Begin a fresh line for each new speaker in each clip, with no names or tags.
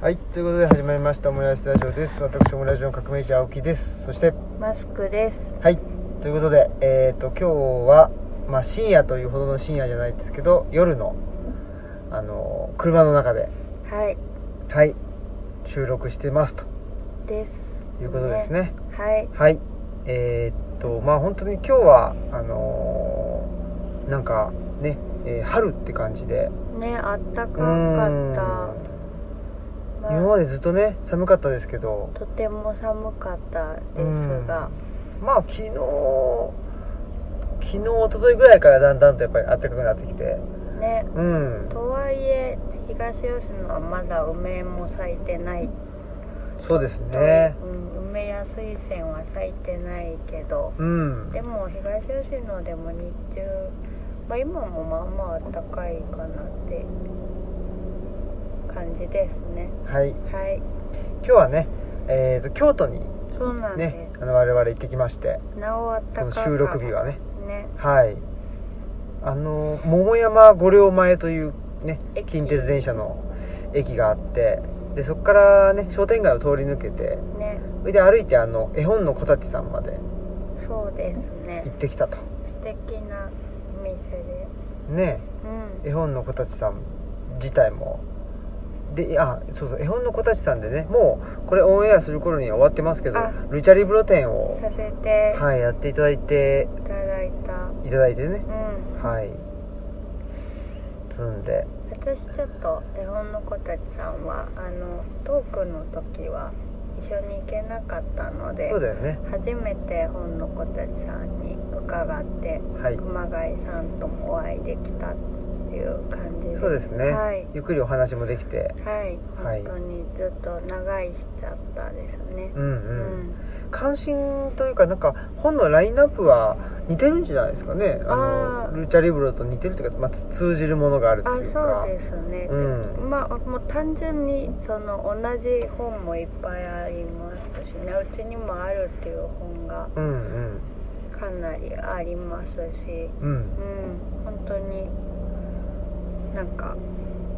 はい、ということで始まりましたオムライスラジオです。私、オムライスの革命児青木です。そして、
マスクです。
はい、ということで、えっ、と、今日は、まあ、深夜というほどの深夜じゃないですけど、夜の、あのー車の中で、
はい。
はい、収録してますと
です。
いうことです。ね。
はい。
はい、えっと、まあ、本当に今日は、あのーなんかね、えー春って感じで、
ね、あったかかった。
うーん
ま
今ま
あ、
でずっとね、寒かったですけど、
とても寒かったですが、
まあ昨日昨日一昨日ぐらいからだんだんとやっぱり暖かくなってきて
ね。
うん
とはいえ、東吉野はまだ梅も咲いてない。
そうですね
うん、梅や水仙は咲いてないけど、
うん
でも東吉野でも日中、まあ今もまあまあ暖かいかなって感じですね。
はい
はい。
今日はねえー、と京都に
そうなんです。
ねあの我々行ってきまして
なおあった
こ
か
の
か
収録日はね
ね
はいあの桃山五稜前というね
駅
近鉄電車の駅があってでそこからね商店街を通り抜けて
ね
それで歩いてあの絵本の小たちさんまで
そうですね
行ってきたと
素敵なお店で
ね
うん
絵本の子たちさん自体もであそうそう絵本の子たちさんでねもうこれオンエアする頃には終わってますけど
あ
ルチャリブロ展を、
させて
はい、やっていただいて
いただいた、
いただいてね
うん
はいつんで
私ちょっと絵本の子たちさんはあのトークの時は一緒に行けなかったので
そうだよね
初めて絵本の子たちさんに伺って
はい
熊谷さんともお会いできたっていう感じで
そうですね、
はい
ゆっくりお話もできて
はい、
はい
本当にずっと長いしちゃったですね
うん
う
うん、関心というかなんか本のラインナップは似てるんじゃないですかねあの
あー
ルチャリブロと似てるというか、まあ、つ通じるものがあるって
あ
いう
そ
か
うですね、
うん
まあもう単純にその同じ本もいっぱいありますしねうちにもあるっていう本が
うんうん
かなりありますし
うん
うん本当になんか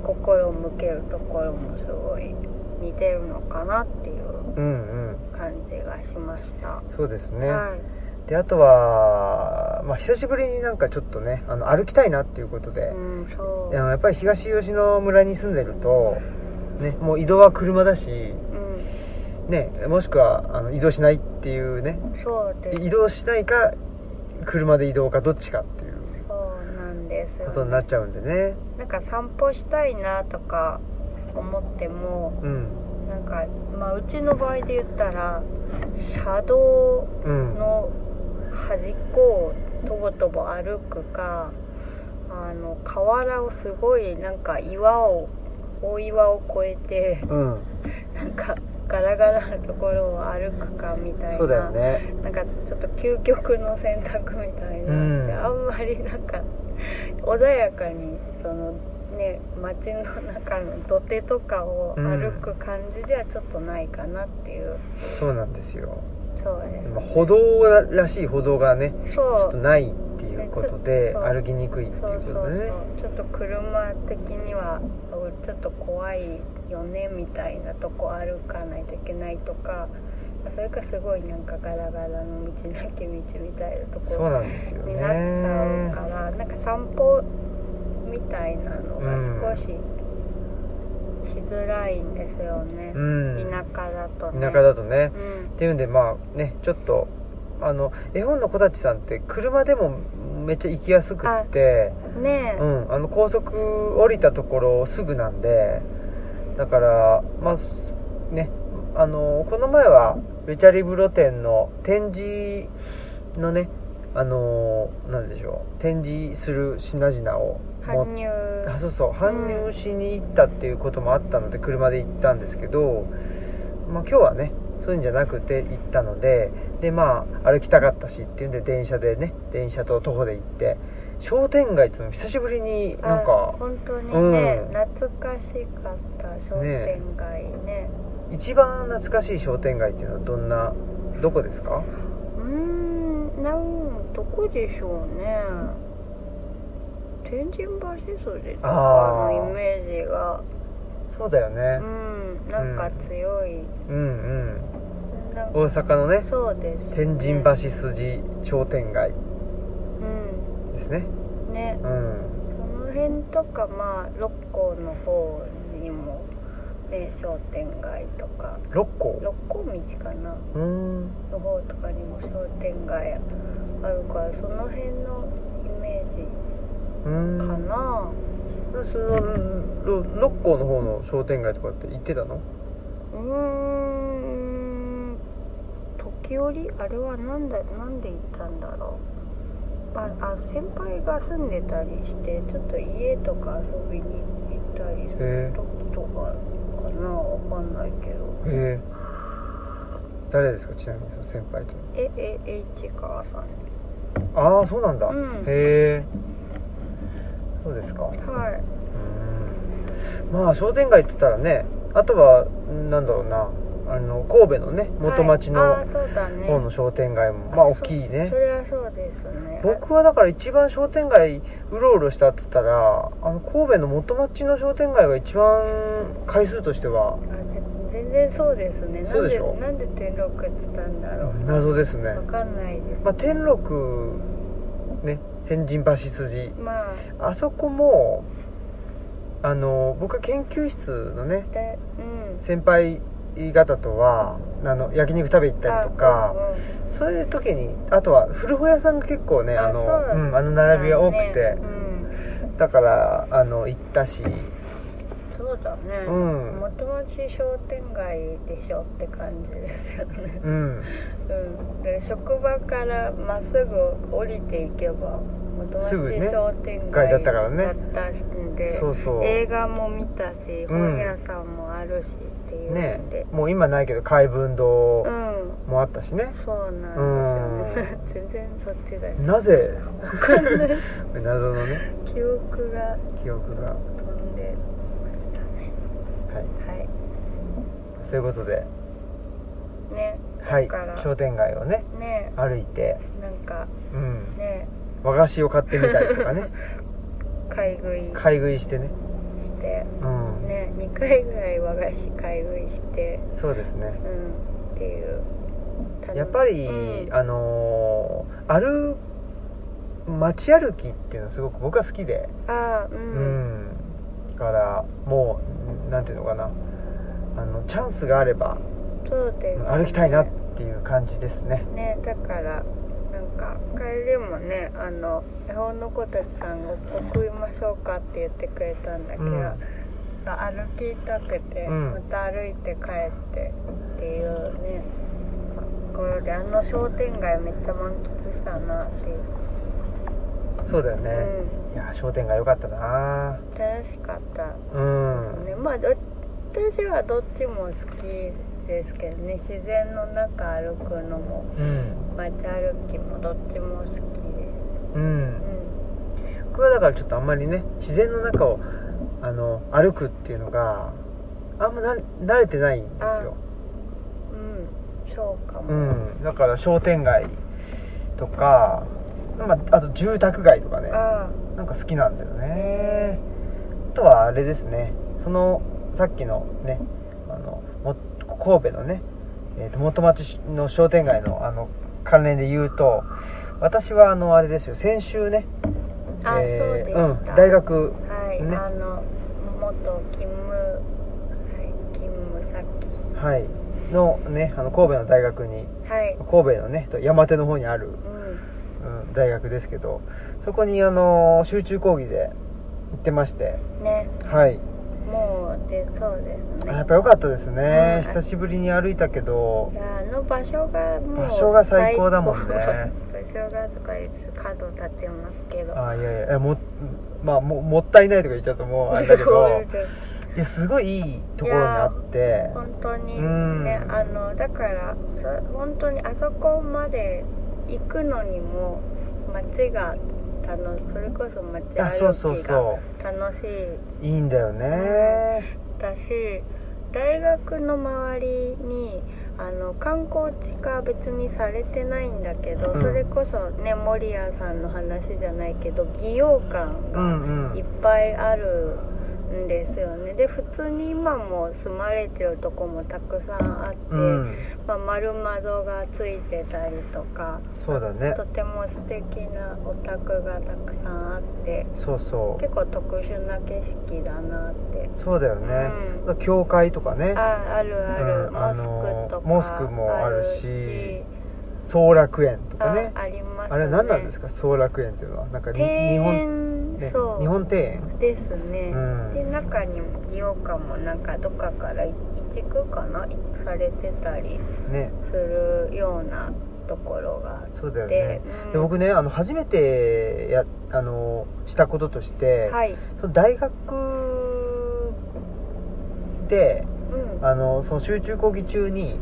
心を向けるところもすごい似てるのかなっていう
うんうん
感じがしました、
そうですね、
はい
であとは、まあ、久しぶりになんかちょっとねあの歩きたいなっていうことで
う、んそ
あ
う
のやっぱり東吉野村に住んでると、ね、もう移動は車だし、
うん
ね、もしくはあの移動しないっていうね
そうです
移動しないか車で移動かどっちかっていう
そうなんですよね
ことになっちゃうんでね
なんか散歩したいなとか思っても
うん
なんか、まあ、うちの場合で言ったら車道
うん
の端っこをとぼとぼ歩くかあの河原をすごいなんか岩を大岩を越えて
うん
なんかガラガラなところを歩くかみたいな
そうだよね
なんかちょっと究極の選択みたいな、
うん
あんまりなんか穏やかにそのね街の中の土手とかを歩く感じではちょっとないかなっていう、
そうなんですよ
そうです
まあ歩道ららしい歩道がね
そ
ちょっと
う
ないっていうことで
ねちょっと
歩きにくいっていう
そうそう
ことでね
そうちょっと車的にはちょっと怖いよねみたいなとこ歩かないといけないとかそれかすごいなんかガラガラの道なき道みたいなところ
そうなんですよね
になっちゃうから、なんか散歩みたいなのが少ししづらいんですよね、
うん
田舎だとね
田舎だとね
うん
っていうんでまあねちょっとあの絵本の子たちさんって車でもめっちゃ行きやすくって、
ねえ、
うん、あの高速降りたところすぐなんでだからまあすねあのこの前はルチャリブロ展の展示のねあのなんでしょう展示する品々を持っ
搬入
あそうそう搬入しに行ったっていうこともあったので車で行ったんですけど、まあ、今日はねそういうんじゃなくて行ったのででまあ歩きたかったしっていうんで電車でね電車と徒歩で行って商店街っていうのも久しぶりになん
あ
か
本当にね、
うん
懐かしかった商店街ね
一番懐かしい商店街っていうのはどんなどこですか
うーんなんどこでしょうね天神橋筋とか
あ
の
ー
イメージが
そうだよ
う
ね
んなんか強い、
うんうん
なんか
大阪のね
そうです
天神橋筋商店街
う
ですね
んね
うん
その辺とかまあ六甲の方にもね商店街とか
六甲
六甲道かな
うーん
の方とかにも商店街あるからその辺のイメージ
うー
か
ん
な、
そのろ六甲の方の商店街とかって行ってたの
うーん時折あれはなんだなんで行ったんだろうああ先輩が住んでたりしてちょっと家とか遊びに行ったりする時とかかなわかんないけど
へえ誰ですかちなみにその先輩という
えええ市川さん
のはああそうなんだ、
うん
へえそうですか
はい
うんまあ商店街って言ったらねあとはんなんだろうなあの神戸のね元町
はい
の
あーそうだね
方の商店街も、まあ大きい
そそ
ね
れはそうですね
僕はだから一番商店街うろうろしたっつったらあの神戸の元町の商店街が一番回数としては
あぜ全然そうですね
そうでしょ
なんでなんで天禄っつったんだろ
謎ですね
うわかんないです
まあ、天禄ね天神橋筋
まあ
あそこもあの僕は研究室のね
でうん
先輩方とはあの焼肉食べ行ったりと
あ
か
うんうん
そういう時にあとは古本屋さんが結構ね
あ
あの
そう
うんあの並びが多く
ね
て
うん
だからあの行ったし
そうだね、
うん
元町商店街でしょって感じですよね、
うん
うん、で職場からまっすぐ降りていけば元町
すぐね
商店街
街だったからね
だったんで
そうそう
映画も見たし本屋さんもあるしってい
ね
うんで、
もう今ないけど海文堂
うん
もあったしね
そうなんですよね 全然そっちだよ
なぜ
わかんない
謎のね
記憶が
記憶がは
飛んでましたね
い
はい
そういうことで
ね
はい
だから
商店街をね
ね
歩いて、
なんか
うん、
ね
和菓子を買ってみたりとか ね
買い食い
買い食いしてね、
して
うん
ね2回ぐらい和菓子買い食いして
そうですね
うんっていう
やっぱり、
うん
あのー歩街歩きっていうのはすごく僕は好きで
あー
う
う、
んん、だからもうなんていうのかなあのチャンスがあれば
そうです、ね、
歩きたいなっていう感じですね
ねだからなんか帰りもねあの絵本の子たちさんが「送りましょうか」って言ってくれたんだけど、
うん
歩きたくて、
うん
また歩いて帰ってっていうねところであの商店街めっちゃ満喫したなっていう、
そうだよね、いやー商店街良かったな
うん、楽しかった
うん
ねまあど私はどっちも好きですけどね自然の中歩くのも
うん
街歩きもどっちも好きです、
うん
うん
僕はだからちょっとあんまりね自然の中をあの歩くっていうのがあんまな慣れてないんですよ、
うんそうか
う
も、
ん、だから商店街とか、まあ、あと住宅街とかね
あ
なんか好きなんだよねあとはあれですねそのさっきのねあのも神戸のね、えーと元町の商店街のあの関連で言うと私はあのあれですよ先週ね、
ああ、
えー
そうでし
う
た、
ん、大学
はい、
ね
あの元勤務はい勤務先
はい、のねあの神戸の大学に
はい
神戸のねと山手の方にある、
うん
うん、大学ですけどそこにあの集中講義で行ってまして
ね
はい
もうでそうです
あ
ね
やっぱ良かったですね
うん
久しぶりに歩いたけど
いやあの場所がもう
場所が最高だもんね
最高場所がとか言って角立ちますけど
あいやいやいやも,、まあ、ももったいないとか言っちゃうと もうあれだけ
そう
ど
です
いやすごいいいところにあって
本当に
うん
ねあのだからそ本当にあそこまで行くのにも街が楽それこそ街
あそうそ
歩
う
きが
そ
楽しいう
いいんだよね
だし大学の周りにあの観光地化別にされてないんだけど、
うん
それこそね守谷さんの話じゃないけど義勇館
う
が
んう
いっ
ん
ぱいあるんですよねで普通に今も住まれてるとこもたくさんあって、
うん
まあ、丸窓がついてたりとか
そうだね
とても素敵なお宅がたくさんあって
そうそう
結構特殊な景色だなって、
そうだよね、
うん
教会とかね
ああるあ
う
る、
ん
モスクと
あの
か
モスクもあるし
し
総楽園とかね
あありますね
あれ何なんですか総楽園っていうのはなんかに
庭
日
園
本、ね、
そう
日本庭園
ですね、
うん
で中にも美容館もなんかどっかから移築かなされてたり
ね
するようなところがあって
そうだよね、
うん
で僕ねあの初めてやあのしたこととして、
はい、
その大学で
うん
あのその集中講義中に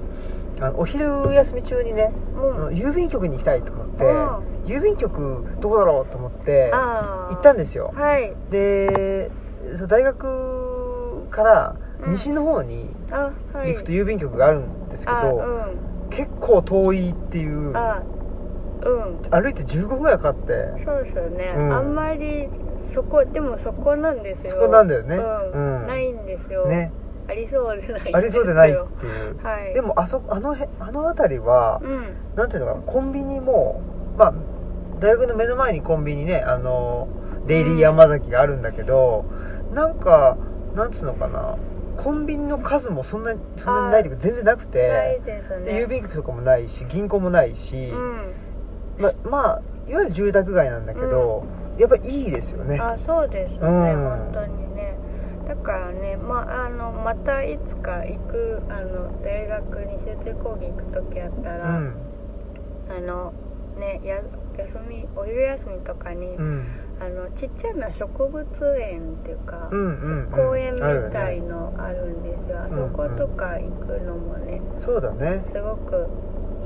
あのお昼休み中にね、
も
あの
う
郵便局に行きたいと思って、
あ
郵便局どこだろうと思って
あ
行ったん
で
ですよ
はい
でその大学から
うん
西の方に
あはい
行くと郵便局があるんですけど、
あうん
結構遠いっていう
あうん
歩いて15分ぐらいかかって
そうですよね、
うん
あんまりそこでもそこなんですよ
そこなんだよね
うん
うん
ないんですよ、
ね
ありそうでないんですよ
ありそうでないっていう
はい
でもあそあの辺あの辺りは
うん
なんていうのかなコンビニもまあ大学の目の前にコンビニねあのデイリー山崎があるんだけど、なんかなんつうのかなコンビニの数もそんなにそんなにないというか全然なく
な
て、
いです
で
ね
郵便局とかもないし銀行もないし、
うん
ままあいわゆる住宅街なんだけど、やっぱいいですよね
あそうですね、
うん
本当にねだからね、まあ、あのまたいつか行くあの大学に集中講義行く時あった
う
ら、
ん
あのねや休みお昼休みとかに、
うん
あのちっちゃな植物園っていうか、
うんうんうん
公園み
あ
た
る
い
よね
のあるんですよあ
うんうん
そことか行くのもね
そうだね
すごく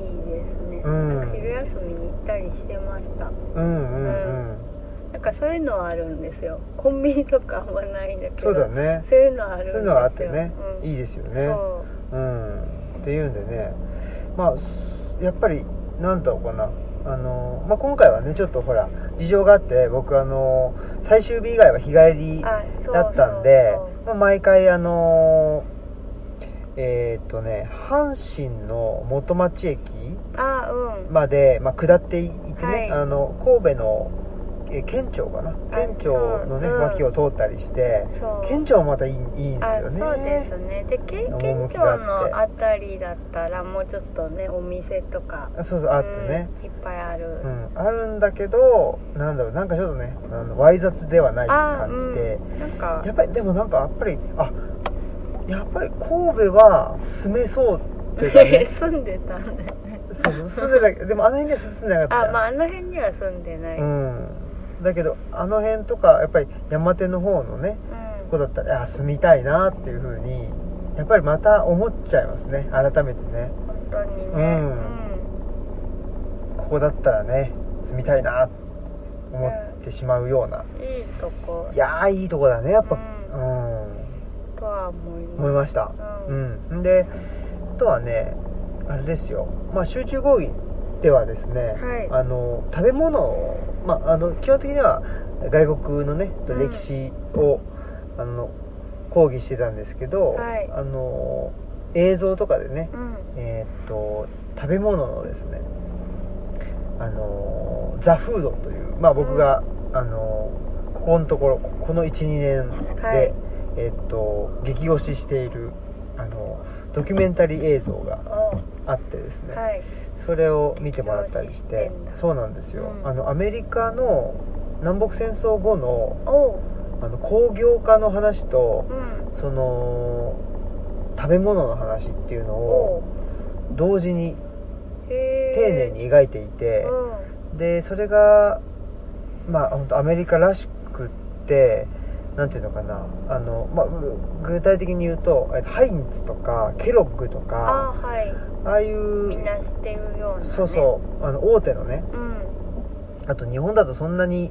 いいですね、
うん
なんか昼休みに行ったりしてました
うんうんうん、
なんかそういうのはあるんですよコンビニとかあんまないんだけど
そうだね
そういうのはあるん
そ
です
うい
よ
うのがあってね、
うん、
いいですよね
そ
うんっていうんでねまあすやっぱりなんだろうかなあの、まあ、今回はねちょっとほら事情があって僕あの最終日以外は日帰
う
り
あそう
だったんで
そう
まあ、毎回あのえーっとね阪神の元町駅
そうあうん、
まで、まあ、下っていってね、
はい
あの神戸のえー県庁かな県庁のね、
そううん
脇を通ったりして
そう
県庁もまたいいいいんです
あ
よね
そうですねでけ
趣があ
県庁
って
のあたりだったらもうちょっとねお店とか
あそうそうあってね、
うんいっぱいある、
うん、あるんだけどなんだろうなんかちょっとねあのわい雑ではない
あ
感じで、
うん、なんか
やっぱりでもなんかやっぱりあやっぱり神戸は住めそうって いうかね
住んでたんで
そうそう住んでたけでもあの辺には住んでなかった
あ
じ
まあ
ゃん
あの辺には住んでない、うん
うん、だけどあの辺とかやっぱり山手の方のねここだったらあ住みたいなっていう風にやっぱりまた思っちゃいますね改めてね
本当にね、
うん
うん
ここだったらね住みたいな思ってしまうような、
いいとこ
いやーいいとこだねやっぱ
うん
うん
とは思います
思いました
う
うんんんであとはねあれですよ、まあ、集中講義ではですね、
はい
あの食べ物を、まあ、あの基本的には外国のね
うん
歴史を、あの講義してたんですけど、
はい
あの映像とかでね、
うん
えーっと食べ物のですねあのザ・フードという、まあ、僕が、あのここのところこの12年で、
はい
えーっと激推ししているあのドキュメンタリー映像が
お
あってですね、
はい
それを見てもらったりして
激推ししてんだ
そうなんですよ、
うん
あのアメリカの南北戦争後の
おう
あの工業化の話と
うん
その食べ物の話っていうの
おう
を同時に
へー
丁寧に描いていて、
う
でそれがまあ本当アメリカらしくってなんていうのかなあの、まあ、う具体的に言うとえっとハインツとかケロッグと
ん、あ
か
はい
ああいう
みんな知ってるような、ね、
そうそうあの大手のね
ううん
あと日本だとそんなに、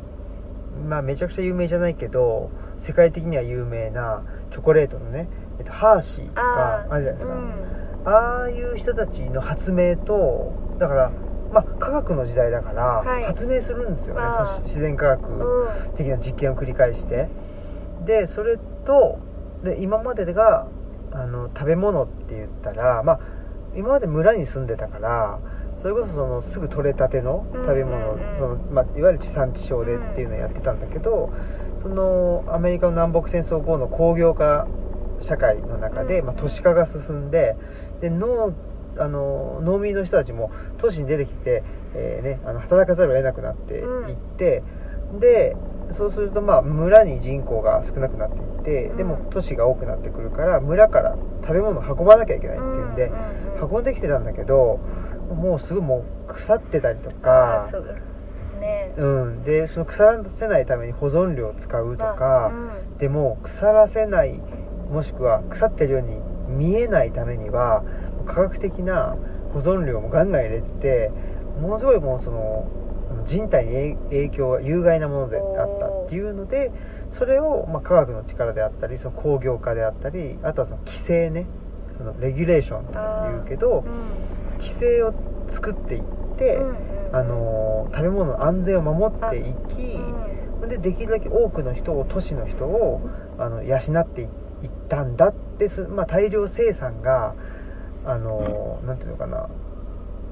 まあ、めちゃくちゃ有名じゃないけど世界的には有名なチョコレートのね、えっと、ハーシーとか
あー
あるじゃないですか、
うん
ああいう人たちの発明とだから、まあ、科学の時代だから
はい
発明するんですよね、
あー
その自然科学
うん
的な実験を繰り返してでそれとで今までがあの食べ物って言ったらまあ今まで村に住んでたからそれこそそのすぐ取れたての食べ物、
うんうんうん
そのまあ、いわゆる地産地消でっていうのをやってたんだけど、そのアメリカの南北戦争後の工業化社会の中で、
うん
まあ、都市化が進んでで農あの農民の人たちも都市に出てきて、えーね、あの働かざるを得なくなっていって、でそうするとまあ村に人口が少なくなっていってでも
うん
都市が多くなってくるから村から食べ物を運ばなきゃいけないっていうんで、
運
運んできてたんだけどもうすぐもう腐ってたりと
あ
か
す、ぐね
うん、でその腐らせないために保存料を使うと
まあ
か、
うん
でも腐らせないもしくは腐ってるように見えないためには科学的な保存料もガンガン入れてものすごいもうその人体に影響が有害なものであったっていうのでそれをまあ科学の力であったりその工業化であったりあとはその規制ねそのレギュレーションというけど規制を作っていって、
うんうんうん
あのー食べ物の安全を守っていき、
うん
でできるだけ多くの人を都市の人をあの養っていいったんだってそれ、まあ、大量生産があのーなんていうのかな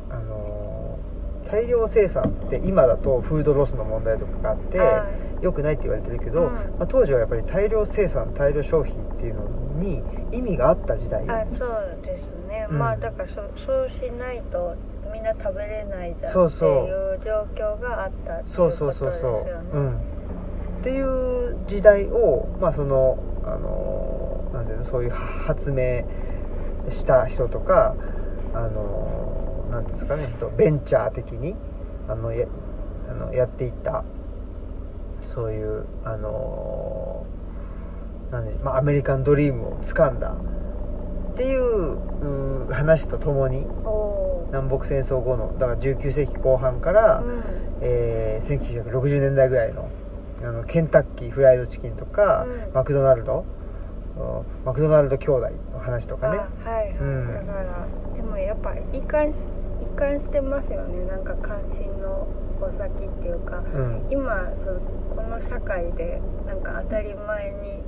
あのー大量生産って今だとフードロスの問題とかがあって
はい
良くないって言われてるけど、
うん
まあ、当時はやっぱり大量生産大量消費っていうのに意味があった時代
あそうですね、
うん
まあだからそそうしないとみんな食べれないじゃん
そうそう
っていう状況があったっていう
そ
こ
う
と
そう
です
そ
よ
う
ね
そう、うん、っていう時代をまあそのあのなんていうのそういう発明した人とかあのなんていうんですかねとベンチャー的にあのやあのやっていったそういうあのなんでしょうまあ、アメリカンドリームを掴んだっていううん話とともに
おー
南北戦争後のだから19世紀後半から、
うん
えー1960年代ぐらいのあのケンタッキーフライドチキンとか、
うん
マクドナルドうんマクドナルド兄弟の話と
あ
か
はい
ね
はい、
うん
だからでもやっぱ一貫し一貫してますよねなんか関心のお先っていうか
うん
今そのこの社会でなんか当たり前に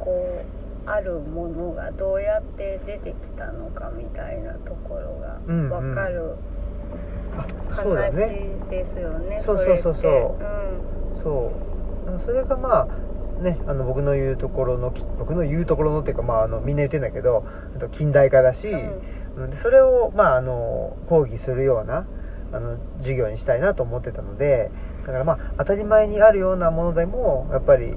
こうあるものがどうやって出てきたのかみたいなところが
うんうん
分かる
あそうだ
話
ね
ですよね。
そうそうそうそう
れって
そうそれがまあねあの僕の言うところのき僕の言うところのっていうか、まあ、あのみんな言ってんだけどあと近代化だし、
うんうん
うんでそれを、まあ、あの講義するようなあの授業にしたいなと思ってたのでだからまあ当たり前にあるようなものでもやっぱり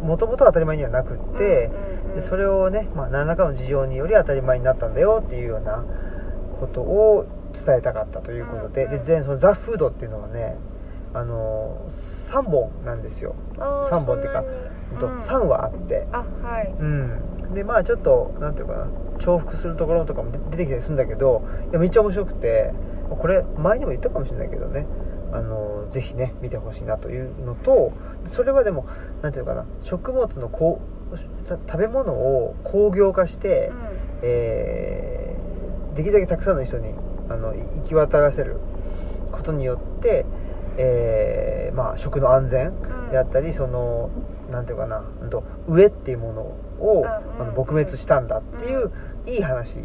もともと当たり前にはなくって、
うんうん
でそれをね、まあ、何らかの事情により当たり前になったんだよっていうようなことを伝えたかったということで,、
うんうん
で全そのザ・フードっていうのはねあの3本なんですよ、
あー
三本っていうか
そ
う
んな
ん
に
と
うん
3はあって
あはい
うん、でまあちょっとなんていうかな重複するところとかも出出てきたりするんだけどいやめっちゃ面白くてこれ前にも言ったかもしれないけどねあのぜひね見てほしいなというのとそれはでもなんていうかな食物のこうた食べ物を工業化して、えーできるだけたくさんの人にあのい行き渡らせることによって、えーまあ、食の安全
うん
であったりそのなんていうかなうんと飢えっていうものを
あ
あの
うん
撲滅したんだっていういい話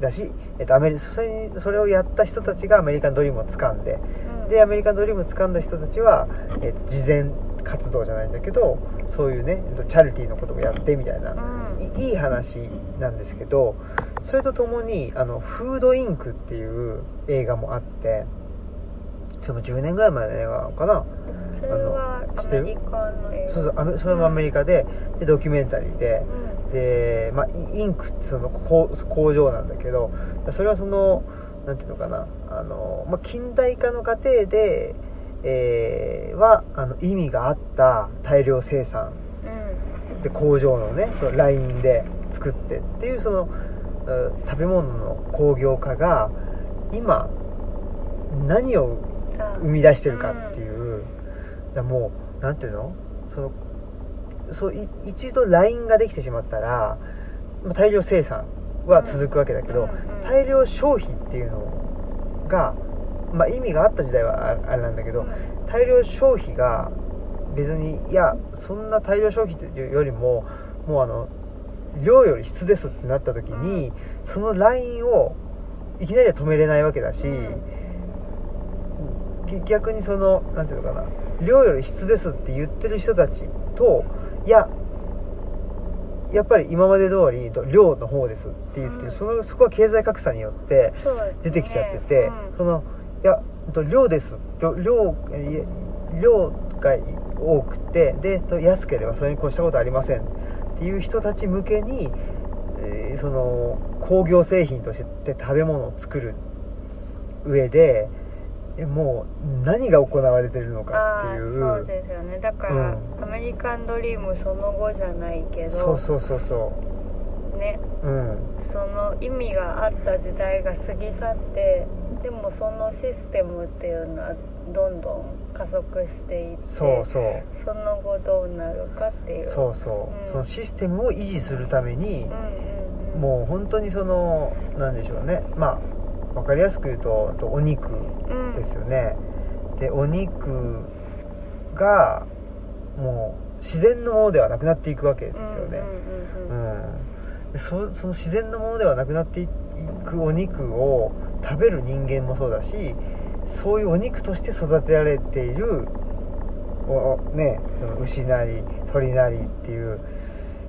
だし、えっと、アメリそれにそれをやった人たちがアメリカンドリームを掴んで
うん
でアメリカンドリームを掴んだ人たちは、えっと、慈善活動じゃないんだけどそういうね、えっと、チャリティーのこともやってみたいな
う。ん
いいい話なんですけどそれとともにあの「フードインク」っていう映画もあってそれも10年ぐらい前の映画なのかな
それは
あの知
ア
ってる
メリカの映画
そうそうアメそれもアメリカででドキュメンタリーで
うん
で、まあ、イインクってその工工場なんだけどそれはそのなんていうのかなあの、まあ、近代化の過程で、えーはあの意味があった大量生産
うん
で工場のねそのラインで作ってっていうそのうん食べ物の工業化が今何を
あ
生み出してるかっていう、だからもうなんていうのそのそうい一度ラインができてしまったらまあ大量生産は続くわけだけど、
うんうん
大量消費っていうのが、まあ、意味があった時代はああれなんだけど
うん
大量消費が別にいやそんな大量消費というよりももうあの量より質ですってなった時にそのラインをいきなりは止めれないわけだし、逆にそのなんていうのかな量より質ですって言ってる人たちといややっぱり今まで通り量の方ですって言ってる、
うん
そのそこは経済格差によって
そうですね
出てきちゃってて、
うん
そのいやと量です量量え量が多くてでと安ければそれに越したことはありませんっていう人たち向けに、えーその工業製品として食べ物を作る上でえもう何が行われてるのかっていう
あーそうですよねだから、
う
アメリカンドリームその後じゃないけど
そうそうそうそ
ね
ううん
その意味があった時代が過ぎ去ってでもそのシステムっていうのはどんどん加速していって
そうそう
その後どうなるかっていう
そうそう、
うん
そのシステムを維持するために
う、んうんうん
もう本当にそのなんでしょうねまあ分かりやすく言うとあとお肉
うん
ですよね、でお肉がもう自然のものではなくなっていくわけですよね、
うんうんうんうん
でそその自然のものではなくなっていくお肉を食べる人間もそうだしそういうお肉として育てられているおね、その牛なり鳥なりっていう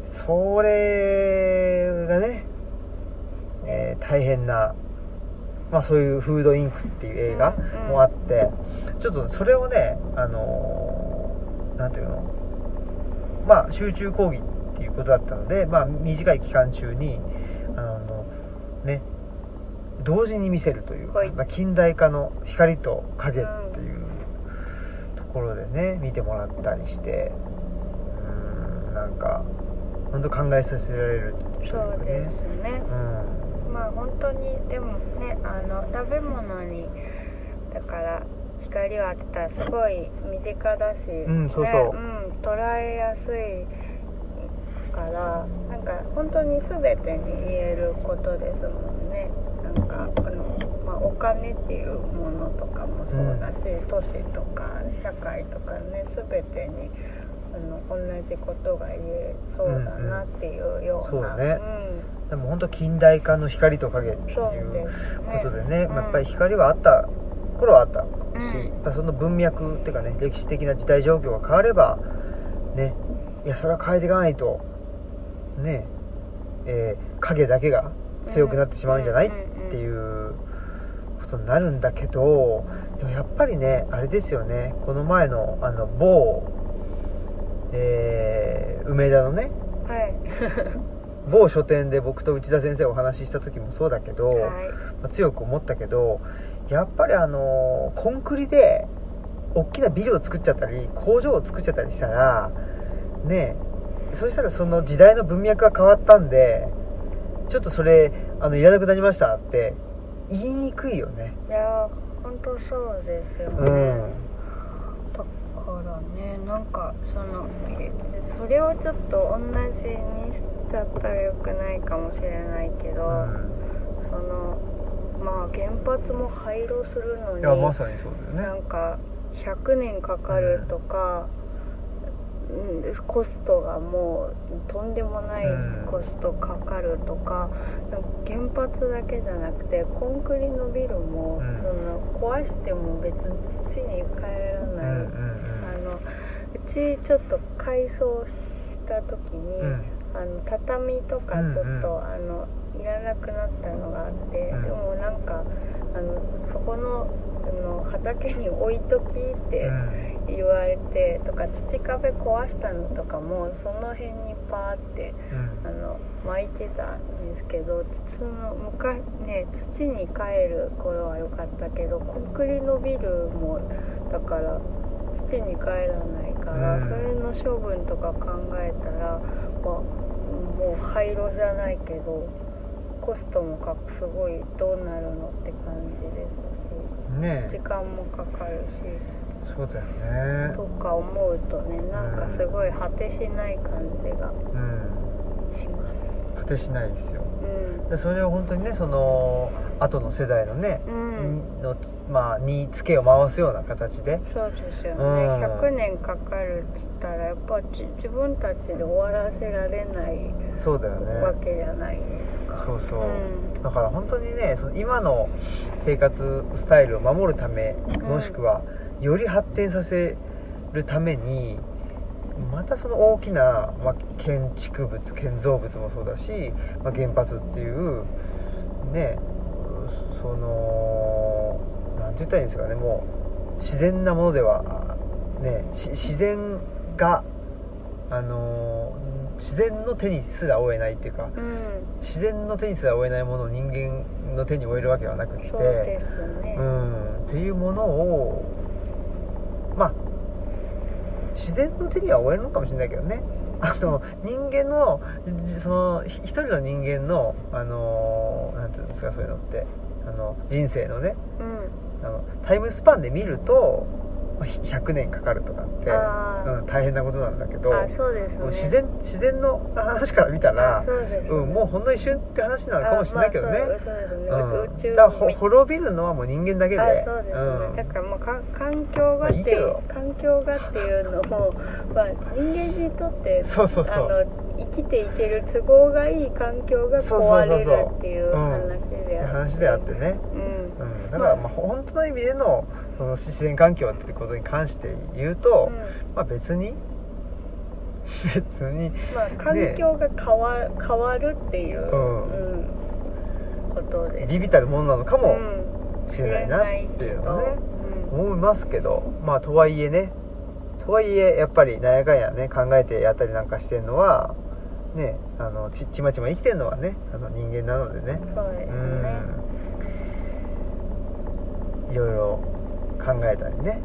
それがね、えー大変な、まあ、そういう「フードインク」っていう映画
うんうん
もあってちょっとそれをねあのーなんていうのまあ、集中講義っていうことだったので、まあ、短い期間中にあの、ね、同時に見せるというか、
はい
まあ近代化の光と影っていうところでね見てもらったりしてうーんなんか本当考えさせられるという
そ
か
うです
ね。
ね
うん
まあ本当にでもねあの食べ物にだから光を当てたらすごい身近だし、
んそうそう
ねうん、捉えやすいからなんか本当に全てに言えることですもんねなんかあの、まあ、お金っていうものとかもそうだし、都市とか社会とかね全てにあの同じことが言えそうだなっていうような、
うんうんそうだね
うん
でも本当近代化の光と影っていう
そう
こ
ですね
とでね
うん
まあやっぱり光はあった頃はあったし、
うん
やっぱその文脈っていうかね歴史的な時代状況が変わればねいやそれは変えていかないとねえー影だけが強くなってしまうんじゃない、
うんうんうんうん
っていうことになるんだけどでもやっぱりねあれですよねこの前のあの某、えー梅田のね
はい
某書店で僕と内田先生お話しした時もそうだけど、
は
まあ強く思ったけどやっぱりあのコンクリで大きなビルを作っちゃったり工場を作っちゃったりしたらねえそうしたらその時代の文脈が変わったんでちょっとそれあのいらなくなりましたって言いにくいよね
い、いやー本当そうですよね、
うん
だからねなんかそのえそれをちょっと同じにしちゃったらよくないかもしれないけど、
うん
そのまあ原発も廃炉するのに
さにそうだ
なんか100年かかるとか、うんコストがもうとんでもない
うん
コストかかるとか、なんか原発だけじゃなくてコンクリのビルも、
うん
その壊しても別に土に帰ら
う
ない、
ん
あのうちちょっと改装した時に、
うんうん
あの畳とかちょ
う
っと、
んうん
あのいらなくなったのがあって、
うん
でもなんかあのそこのあの畑に置いときって
うん
言われて、とか土壁壊したのとかもその辺にパーって
うん
あの巻いてたんですけどその昔ね土に帰る頃は良かったけどコンクリのビルもだから土に帰らないから、
うん
それの処分とか考えたら、まあ、もう廃炉じゃないけどコストもかすごいどうなるのって感じです
ね
し時間もかかるし
そうだよね
とか思うとねなんかすごい果てしない感じが
うん
します。
果てしないですよ
うん
でそれを本当にねその後の世代のね、
うん、うん、
のつまあ、につけを回すような形で
そうですよ
う
ね、
ん
100年かかるっつったらやっぱち自分たちで終わらせられない
そうだよ
わ
ね
けじゃないですか、
そうそう、
うん
だから本当にねその今の生活スタイルを守るため、
うん
もしくはより発展させるためにまたその大きな、まあ、建築物建造物もそうだし、まあ、原発っていうねそのなんて言ったらいいんですかねもう自然なものではねし自然があの自然の手にすら負えないっていうか
うん、
自然の手にすら負えないものを人間の手に負えるわけはなくって
そうですね、
うんっていうものをまあ自然の手には負えるのかもしれないけどねあの人間のじそのひ一人の人間のあのなんていうんですかそういうのってあの人生のね
うん
あのタイムスパンで見るとまあひ100年かかるとかって、
あー
うん、大変なことなんだけど
あそうですね
もう自然自然の話から見たら
あそうですね、
うん、もうほんの一瞬って話なのかもしれないけどね、
あまあ、そうそうですね、
うん、
宇
だ
宙
からほ滅びるのはもう人間だけで
あそうですね、
うん
だからもうか環境が
まあ
って
いいけど
環境がっていうのも、まあ、人間にとって
そうそうそう
あの生きていける都合がいい環境が壊れるっていう話であって
話であってね、
うん
うん、だからまあ本当の意味でのその自然環境ってことに関して言うと、まあ別に 別に
まあ、環境が変わ,、変わるっていう、
うん
うんことです
ビビたるものなのかも
うん
しれないなっていうのはね、
うん
思いますけどまあとはいえねとはいえやっぱりなんやかんやね考えてやったりなんかしてるのはねあのちちまちま生きてるのはねあの人間なのでね
そうです
う
ね、
んいろいろ考えたりね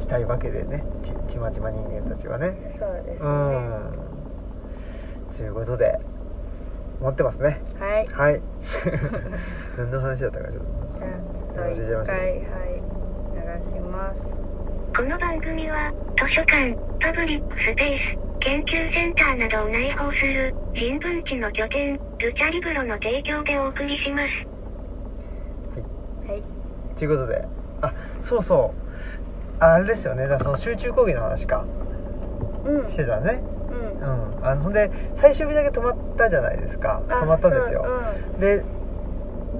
したいわけでねちちまちま人間たちはね
そうですね、
う
は
んということで持ってますね
い
はい何の話だったかちょっと
じゃあちょっと一回はい流します
この番組は、図書館、パブリックスペース、研究センターなどを内包する、人文地の拠点、ルチャリブロの提供でお送りします。
はい
ということであそうそうあれですよねだからその集中講義の話か
うんう
してたねうんんあのほんで最終日だけ止まったじゃないですか
あ
止まったんです
そう
よ
う
で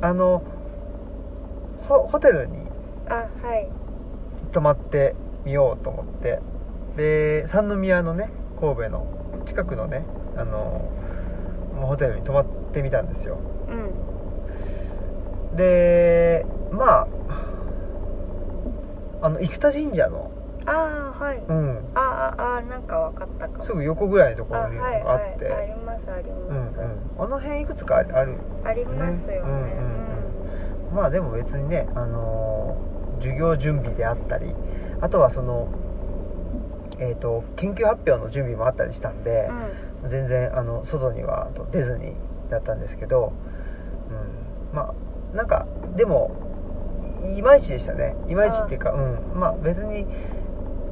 あのホホテルに
ん、あはい
泊まってみようと思ってで三宮のね神戸の近くのねあのホテルに泊まってみたんですよ
うん
でまああの生田神社の、
あーはい
うん、
あああなんかわかったかも
すぐ横ぐらいのとこ
あは
ろ
い
に
は
あっ
いあ
て
りますあり
う
ま
ん
す、
うんあの辺いくつかあるある
ありますよね
うんうんうんまあでも別にね、あのー授業準備であったりあとはその、えー、と研究発表の準備もあったりしたんで
う、ん
全然あの外にはと出ずにだったんですけど、うん、まあなんかでもいいまいちでしたねいまいちっていうかうんまあ別に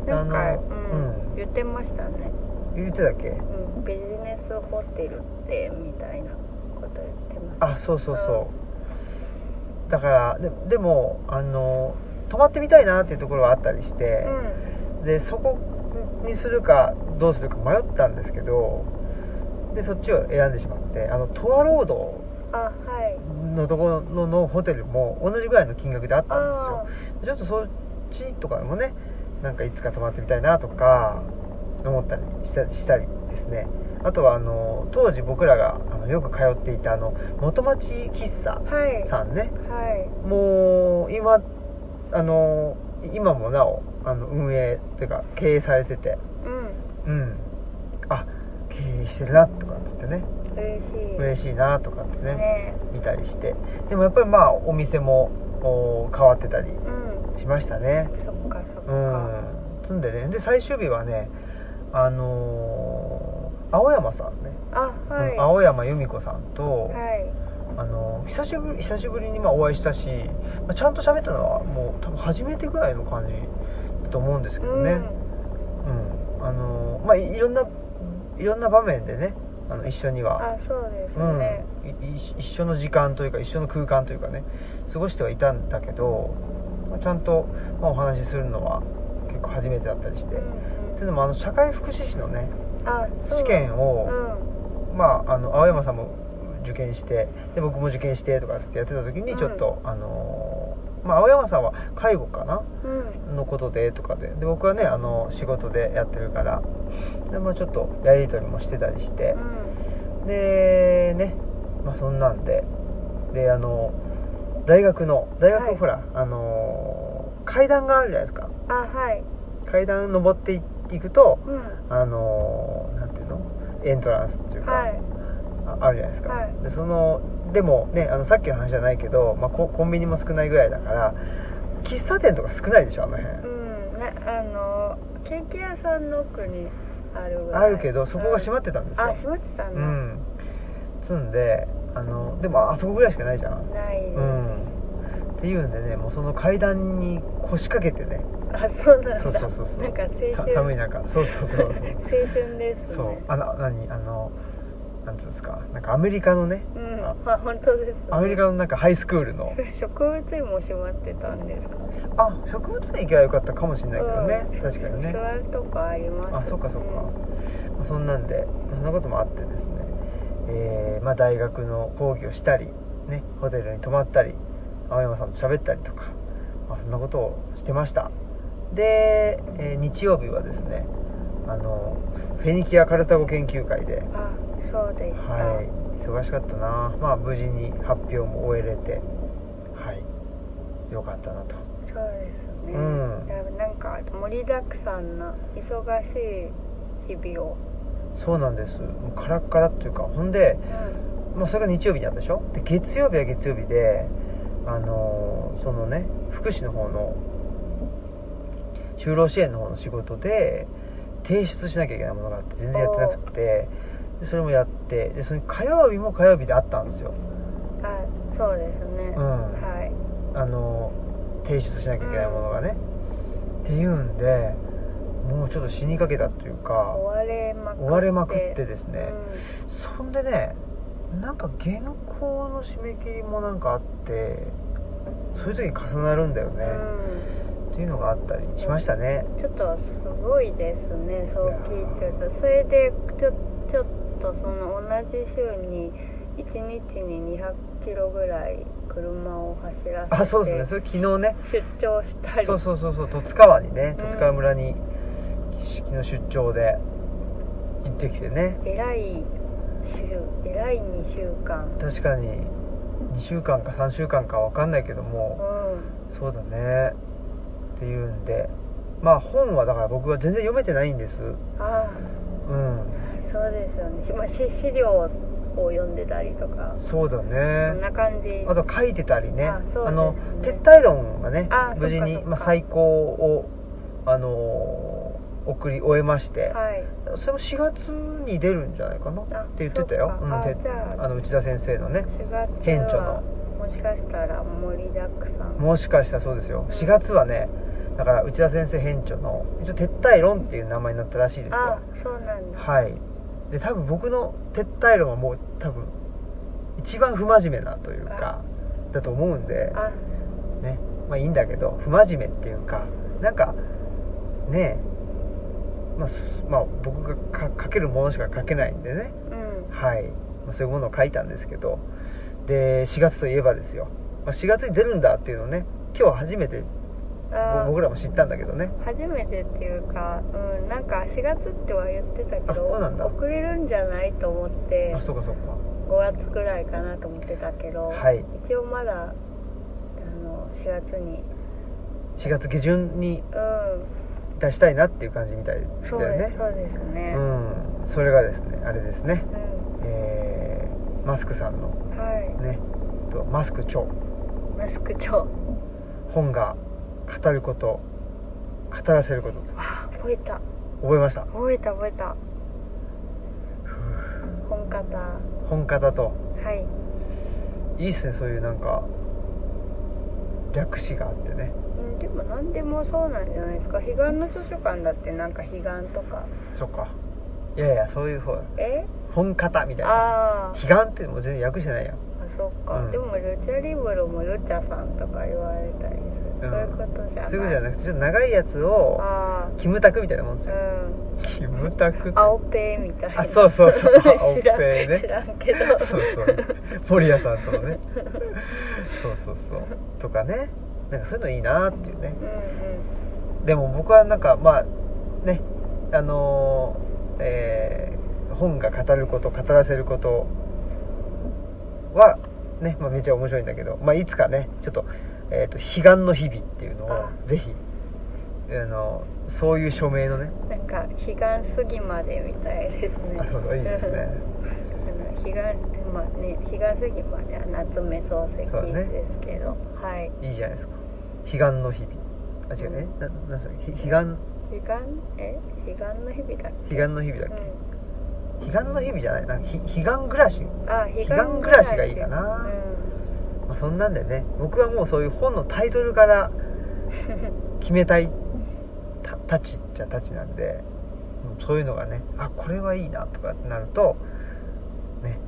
なんか、
あの
うん
うん
言ってましたね、
言ってたっけ
うん、ビジネスホテルってみたいなこと言ってま
あそうそうそうだからででもあの泊まってみたいなっていうところはあったりし
す
て
う、ん
でそこにするかどうするか迷ったんですけどでそっちを選んでしまってあのトアロード
あはい
のところのホテルも同じぐらいの金額であったんですよ
あ
ちょっとそっちとかもねなんかいつか泊まってみたいなとか思ったりしたしたりですねあとはあの当時僕らがあのよく通っていたあの元町喫茶
ーはい
さんね
はい
もう今あの今もなおあの運営っていうか経営されてて
うん
うんあ経営してるなとかっつってね
嬉しい
嬉しいなとかってね
ね
見たりしてでもやっぱりまあお店もお変わってたり
うん
しましたね
そっかそっ
う
か、
ん積んでねで最終日はねあのー青山さんね、
あはい、
うん青山由美子さんと、
はい
あのー久しぶり久しぶりにまあお会いしたし、まあ、ちゃんと喋ったのはもう多分初めてぐらいの感じだと思うんですけどね、うんあのーまあいいろんないろんな場面でねあの一緒には
あそうです
うん
ね、
いい一緒の時間というか一緒の空間というかね過ごしてはいたんだけど、まあちゃんと、まあお話しするのは結構初めてだったりして、
う
とい
ん
うのもあの社会福祉士のね
うん、あそう
試験
う
を、
ん
まあ、あの青山さんも受験してで僕も受験してとかつってやってた時にちょっと、あのーまあ、青山さんは介護かな
うん
のことでとかでで僕はねあの仕事でやってるからで、まあ、ちょっとやり取りもしてたりして
う、ん
でね、まあ、そんなんでであの大学の大学、
はい
ほらあのー階段があるじゃないですか
あはい
階段登っていいくと
うん
あのーなんていうのエントランスっていうか、
はい
ああるじゃないですか、
はい
でそのでもねあのさっきの話じゃないけど、まあ、ココンビニも少ないぐらいだから喫茶店とか少ないでしょあの辺、
うんねあのケーキ屋さんの奥にあるぐらい
あるけどそこが閉ま
ま
ってたんです
あ
よ
閉まってたん
う
だ、
んつんであのでもあそこぐらいしかないじゃん
ないです、
うんっていうんでねもうその階段に腰掛けてね
あそうなんだ
そうそうそうそう
なんか
さ
青春
寒い中そうそうそう
青春です
そう
ね
そうあの何あのなんつうんですかなんかアメリカのね
うん
あ
あ本当です、ね、
アメリカのなんかハイスクールの
それ植物園も閉まってたんですか
あ植物園行けばよかったかもしれないけどね、
うん
確かにね
座るとこあります
あそっかそっか
ん、
まあそんなんでそんなこともあってですね、えーまあ、大学の講義をしたり、ね、ホテルに泊まったり青山さんと喋ったりとか、まあ、そんなことをしてましたで、えー日曜日はですねあのフェニキア・カルタゴ研究会で、
あそうでした、
はい、忙しかったな、まあ、無事に発表も終えれて、はい、よかったなと
そうですね、
うん
いやなんか盛りだくさんな忙しい日々を、
そうなんですもうカラッカラっていうかほんで
うん、
まあ、それが日曜日にあったでしょで月曜日は月曜日であのーそのね福祉の方の就労支援の方の仕事で提出しなきゃいけないものがあって全然やってなくてでそれもやってでその火曜日も火曜日であったんですよ、
あそうですね、
うん
はい
あのー提出しなきゃいけないものがね、っていうんでもうちょっと死にかけたというか
追われまくって
追われまくってですね、
う
そんでねなんか原稿の締め切りもなんかあってそういう時に重なるんだよね、
んうん
っていうのがあったりしましたね、
ちょっとすごいですねそう聞いてるとそれでちょちょっとその同じ週に1日に200キロぐらい車を走らせて
あそうですねそれ昨日ね
出張したり
そうそうそうそう戸塚川にね
うん
戸塚川村に昨日出張で行ってきてね
えらい週えらい2週間
確かに2週間か3週間か分かんないけど
う
も
ん
そうだねっていうんでまあ本はだから僕は全然読めてないんです
ああ
うん
そうですよねしまあし資料を読んでたりとか
そうだね
そんな感じ
あと書いてたりねあ
あそうですね
の撤退論がね
あ
無事
そっ
に、
かそっか
まあ、最高を、あのー送り終えまして、
はい
それも4月に出るんじゃないかなって
あって
言ってたよ、うん、
あ
て
じゃあ
あの内田先生のね
4月
編著の
はもしかしたら盛りだくさん
もしかしたらそうですよ4月はねだから内田先生編著の一応撤退論っていう名前になったらしいです
あ
よ
そうなんだ
はいで多分僕の撤退論はもう多分一番不真面目なというかだと思うんで
あ
ねまあいいんだけど不真面目っていうかなんかねえ、まあ、すまあ僕がか書けるものしか書けないんでね
うん
はい、まあそういうものを書いたんですけどで4月といえばですよ、まあ、4月に出るんだっていうのをね今日初めてぼ
あ
僕らも知ったんだけどね
初めてっていうか、うん、なんか4月っては言ってたけ
あ
ど
そうなんだ
遅れるんじゃないと思って
あそうかそうか
5月くらいかなと思ってたけど、
はい
一応まだあの4月に
4月下旬に
う
出したいなっていう感じみたい
ん
だ
そうで
よ
す、
ね
そうですね
うんそれがですねあれですね
うん、
えーマスクさんの
は
ねとマスク長
いマスク帳
本が語ること語らせることと
あ覚えた
覚えました
覚えた覚えた本方
本型と
はい
いいっすねそういうなんか略詞があってね
うんでも何でもそうなんじゃないですか彼岸の図書館だってなんか彼岸とか
そっかいやいやそういう方
え
本型みたいな
あー
悲願ってもう全然訳してないやん
あそうか、
うん
でもルチャリブロもルチャさんとか言われたりする、
うん
そういうことじゃない
すぐじゃなくてちょっと長いやつを
あ
キムタクみたいなもんです
あ
よ、
うん
キムタク
青ペーみたいな
あそうそうそう
知らん
青ペーね
知らんけど
そうそう守屋さんとのねそうそうそうとかねなんかそういうのいいなっていうね
うんうん
でも僕はなんかまあねあのーえー本が語ること語らせることはね、まあ、めちゃ面白いんだけど、まあ、いつかねちょっと,、えーと「悲願の日々」っていうの
あ
をぜひあのそういう署名のね
なんか悲願すぎまでみたいですね
あそうそういいですね
うん悲願まあね悲願すぎまでは夏目漱
そう
石
ね
ですけど、はい
いいじゃないですか悲願の日々あ違うねななんすかひ悲願
悲願え悲願の日々だっ
悲願の日々
け、
だっ
うん
け悲願の日々じゃないなんかひ悲願暮らし、
あ、彼
彼岸暮らしがいいかな
う
まあ、そんなんでね僕はもうそういう本のタイトル から決めたいたたちっちゃたちなんでうんそういうのがねあこれはいいなとかってなると
ん、うん、で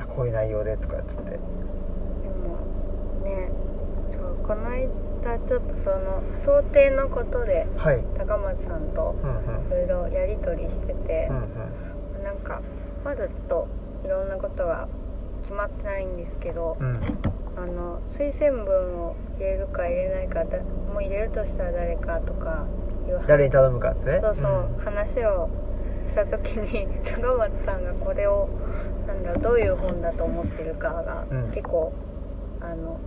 あこういう内容でとかっつって
もね、そうこの間ちょっとその想定のことで
はい
高松さんと
うんうん
いろいろやり取りしてて
う、ん
なんかまだちょっといろんなことが決まってないんですけど、
うんうん
あの推薦文を入れるか入れないかだもう入れるとしたら誰かとかいう話
誰に頼むかっつってね
そうそう、話をした時に高松さんがこれをなんだろうどういう本だと思ってるかが、
うん
結構あの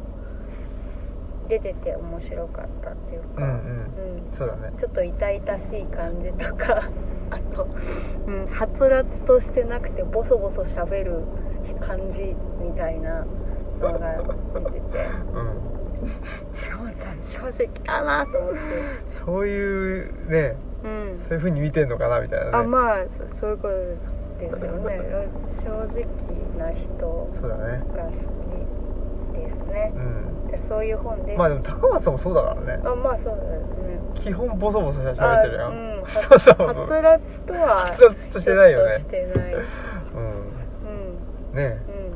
出てて面白かったっていう
う
か、
んうん
うん
そうだね
ちょっと痛々しい感じとか あと、うん、はつらつとしてなくてボソボソしゃべる感じみたいなのが出て て
うん
高松さん正直だなと思って。
そういうね
うん
そういうふうに見てんのかなみたいなね
あまあそそういうことですよね正直な人
そうだね
が好きですね
うん
でそういう本です、
まあでも高松さんもそうだからね
あまあそうですね
基本ボソボソしゃ喋ってるや
あうんんは
そうそうそう
はつらつとは
はつらつとしてないよね
ちょっとしてない
うん
うん
ね
うん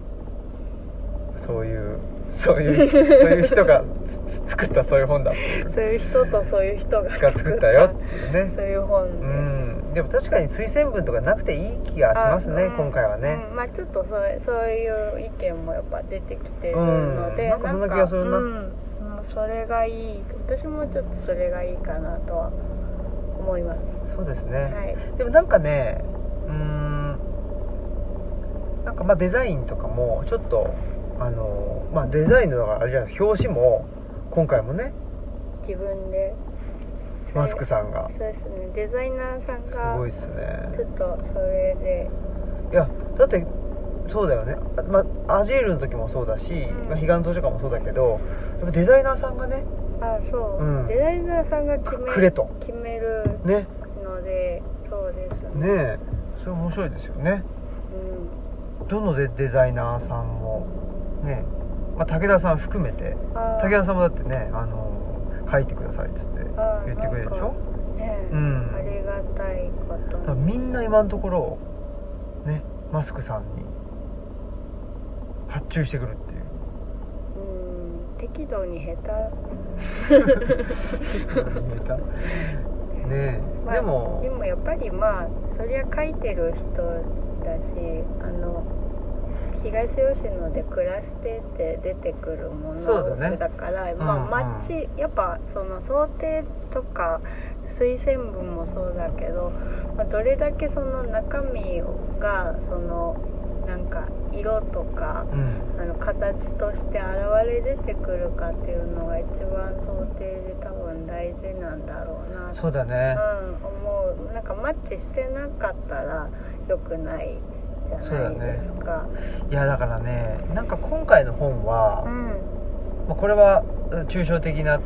そういうそういうそういう人がつつ作ったそういう本だ
そういう人とそういう人が
が作ったよっていうね
そういう
う
本です
んでも確かに推薦文とかなくていい気がしますね、
あうん
今回はね、
うんまあちょっとそうそういう意見もやっぱ出てきてる
うん
ので、
なんかそんな気がするな
うんうんそれがいい私もちょっとそれがいいかなとは思います、
そうですね、
はい
でもなんかねうーんなんかまあデザインとかもちょっとあのまあデザインのだからあれじゃない表紙も今回もね
自分で
マスクさんが
そうですねデザイナーさん
す
が
ごいっすね
ちょっとそれで
いやだってそうだよね、あまあ、アジールの時もそうだし、
うん
まあ、彼岸図書館もそうだけどやっぱデザイナーさんがね
あそう、
うん
デザイナーさんが決
く
め
くれと
決める
ね
のでそうです
ねえそれ面白いですよね
うん
どのデデザイナーさんもね、まあ、武田さん含めて
あー
武田さんもだってねあの書いてくださいっつって
あー
言ってくれるでし
なん
ょ
かねえ、
うん
ありがたいこ
だ
とに
からみんな今のところねマスクさんに発注してくるっていう
うん適度に下手
ねえ、
まあ
でも
でもやっぱりまあそりゃ書いてる人だしあの東吉野で暮らしてって出てくるも
そう
の
だね
から、
ん
まあ
うん
マッチ、やっぱその想定とか推薦文もそうだけど、まあどれだけその中身がそのなんか色とか
うん
あの形として現れ出てくるかっていうのが一番想定で多分大事なんだろうなって
そうだね
うん、思うなんかマッチしてなかったら良くないじゃないですか
いやだからねなんか今回の本は
う、ん
まあ、これはうん抽象的な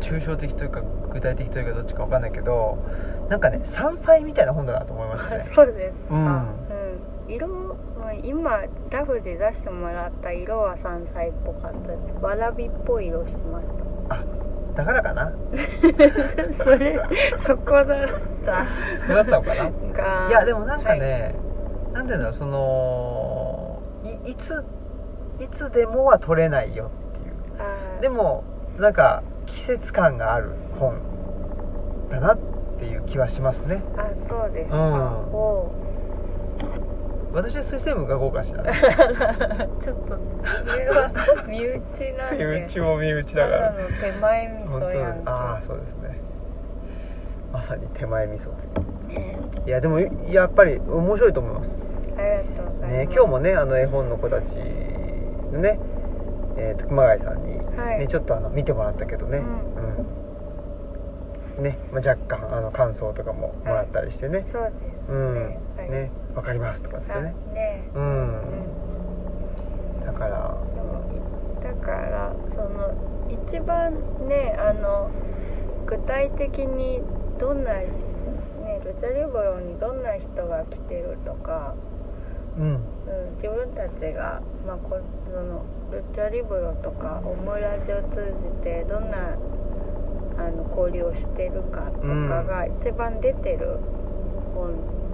抽象的というか具体的というかどっちかわかんないけどなんかね山菜みたいな本だなと思いました
あ
ね
そうです
う
か
ん、
うん、色まあ今ラフで出してもらった色は山菜っぽかったですわらびっぽい色してました
だからかな
それそこだった
そうだったのかな
が
いやでもなんかね、なんていうんだろうそのいいついつでもは取れないよっていう
あー
でもなんか季節感がある本だなっていう気はしますね
あそうです
うん
か、おう
私推薦文書こうかしら
ちょっ と理由は身内なん
身
で
内も身内
た
だか
だ
ら
の手前味
本当
噌
で
や
す
ん
ああ
か
そうですねまさに手前味噌
ね
いやでもやっぱり面白いと思います
ありがとうございます、
ね、今日もねあの絵本の子たちのね、えーと熊谷さんに、ね
はい
ちょっとあの見てもらったけどね、
う
うんねまあ、若干あの感想とかももらったりしてね、
そうですね、
うん
はい
ねわかりますとかっつって
あ
ね
ね
う
うんん
だから
でもだからその一番ねあの具体的にどんな、ね、ルチャリブロにどんな人が来てるとか、
うん
うん、自分たちが、まあ、こそのルチャリブロとかオムラジを通じてどんなあの交流をしてるかとかが一番出てる本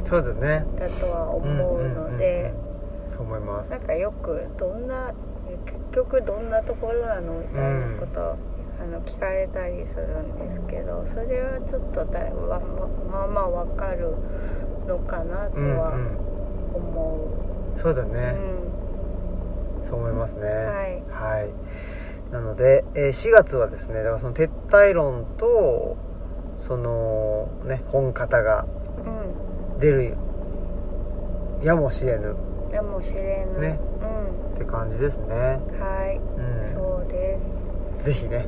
そうだね
だとは
ん
思うので。
んうんそう思います
なんかよくどんな結局どんなところなのみたいなこと、あの聞かれたりするんですけどそれはちょっとだいぶわままあまあわかるのかなと
うん
は
うん
思
そうだね、
う、うん
そう思いますね
はい
はい、なので、えー4月はですねだからその撤退論とそのね本型が
うん
出るやもしれぬ
でも知れぬ、
ね
う
って感じですね、
んはい、
う
そうです
ん、ぜひね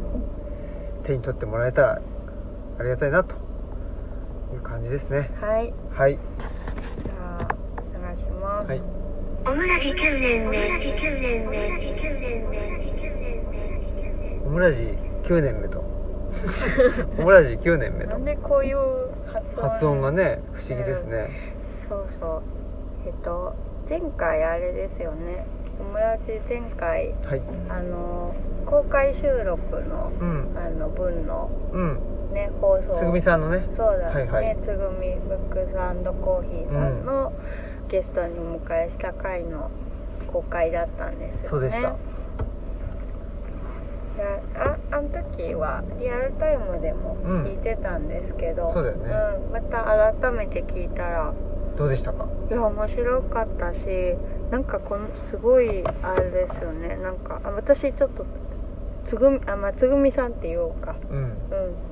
手に取ってもらえたらありがたいなという感じですね
はい
はい
じゃあお願いします、
はい
オムラジ9年目。オムラジ9年目。
オムラジ9年目とオムラジ9年目
な
と
んでこういう発音
発音がね不思議ですね、
そうそうえっと前回あれですよねオムラジ前回
はい
あの公開収録の
うん
あの分の
うん
ね放送
つぐみさんのね
そうだね、
はいはい
つぐみブックスコーヒーさんのゲストにお迎えした回の公開だったんですよね
そうでした
いやああの時はリアルタイムでも聞いてたんですけど、
うんそうだよね
うんまた改めて聞いたら
どうでしたか
いや面白かったしなんかこのすごいあれですよねなんかあ私ちょっとつぐみあ、まあ、つぐみさんって言おうか
うん
うん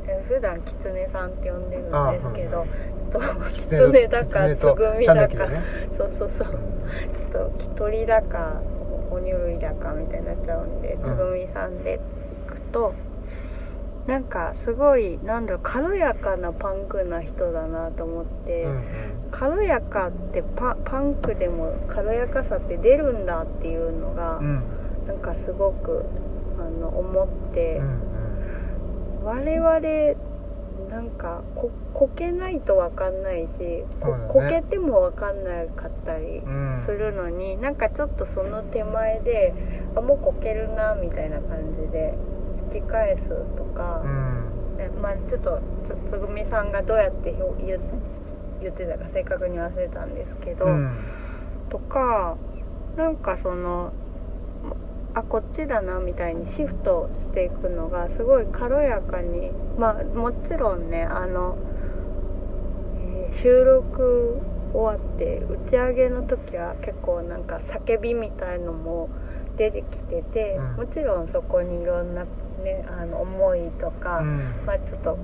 え普段きつねさんって呼んでる
あ
んですけど、ちょっとき
キ
つ
ツネ
ねだか
キ
つ
ツネと
ぐみ
タ
だ
ヌキ
か、
でね
そうそうそうちょっときとりだか哺乳類だかみたいになっちゃうんで、
うん
つぐみさんでいくとなんかすごいなんだろう軽やかなパンクな人だなと思って。
うん
軽やかってパパンクでも軽やかさって出るんだっていうのが、
うん
なんかすごくあの思って、
うん
我々なんかここけないと分かんないしこ,、
そうだね
けても分かんなかったり
うんうん
するのに、なんかちょっとその手前であもうこけるなみたいな感じで打ち返すとか。
うん
ねまあ、ちょっとつつぐみさんがどうやってひょ言言ってたか正確に忘れたんですけど、
うん
とかなんかそのあこっちだなみたいにシフトしていくのがすごい軽やかにまあもちろんねあの、えー収録終わって打ち上げの時は結構なんか叫びみたいのも出てきてて、
うん
もちろんそこにいろんな、ね、あの思いとか、
うん
まあ、ちょっと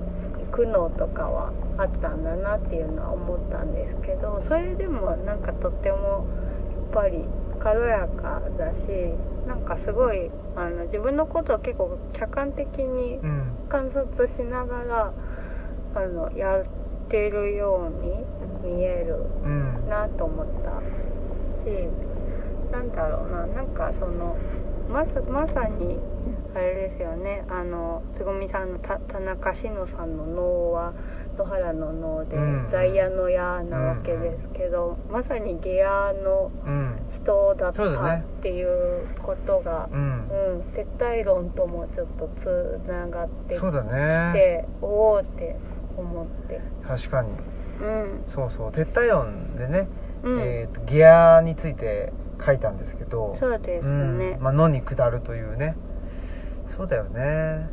苦悩とかはあったんだなっていうのは思ったんですけどそれでもなんかとってもやっぱり軽やかだしなんかすごいあの自分のことを結構客観的に
うん
観察しながらあのやってるように見える
うん
なと思ったしなんだろうななんかそのまさまさにあれですよねあのつぐみさんのた田中志乃さんの能は野原の能で、
うん
在野の矢なわけですけど、まさに下矢の
うん
人だっ
そう
た
だね
っていうことがう、
うん
ん、撤退論ともちょっとつながってき
そうだね
ておおって思って。
確かに
うん
そうそう撤退音でね
うん
えーとギアについて書いたんですけど
そうですよね
うん、まあ、野に下るというねそうだよね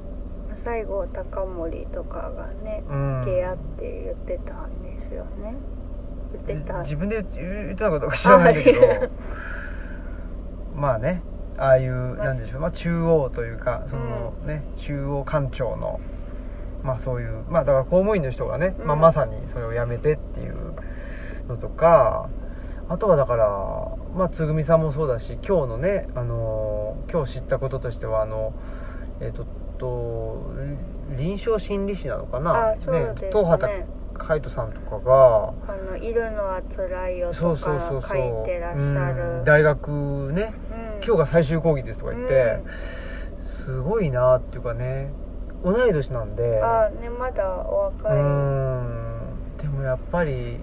西郷隆盛とかがね
うん
ゲアって言ってたんですよね言ってた
自分で言ってたのかどうか知らないんだけど
あはい
まあねああいう
まあ
なんでしょう、まあ、中央というかその、ね中央官庁のまあそういうまあだから公務員の人がね、まあ、
うん
まさにそれをやめてっていうのとかあとはだから、まあ、つぐみさんもそうだし今日のね、あのー今日知ったこととしてはあのえっ、とと臨床心理士なのかな、
あそうですね
東畑海人さんとかが
あの「いるのはつらいよ」
そ
と
うそうそう
か
そう
書いてらっし
う
ゃ
ん
る
大学ね今日が最終講義ですとか言って、すごいなっていうかね同い年なんで
あねまだお
う
若い
んでもやっぱり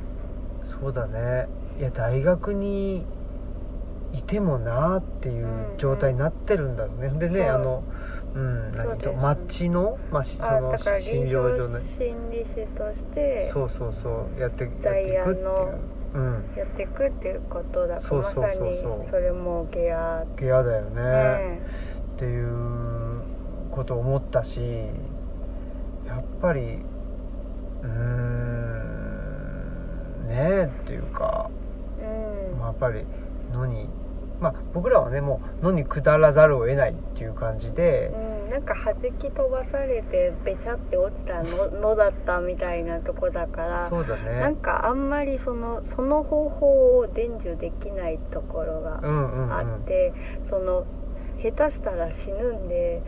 そうだねいや大学にいてもなっていう状態になってるんだろうね、で
そう
ねあのうん
そう
何
です
と
ね
町の、まあ、しそ
あ
の
だから
診
臨
療所
床
の
心理士として
そうそうそうやってやっていくってい
在野の
ううん
やっていくっていうことだ
そう
ま
そうそうそう
さにそれもゲア
嫌だよね、
ね
っていうことを思ったしやっぱりうーんねえっていうか、
うん
まあ、やっぱり野にまあ僕らはねもう野に下らざるを得ないっていう感じで
うん、なんか弾き飛ばされてべちゃって落ちたののだったみたいなとこだから
そうだね
なんかあんまりそのその方法を伝授できないところが
うんうんう
あ
ん
って、その下手したら死ぬんで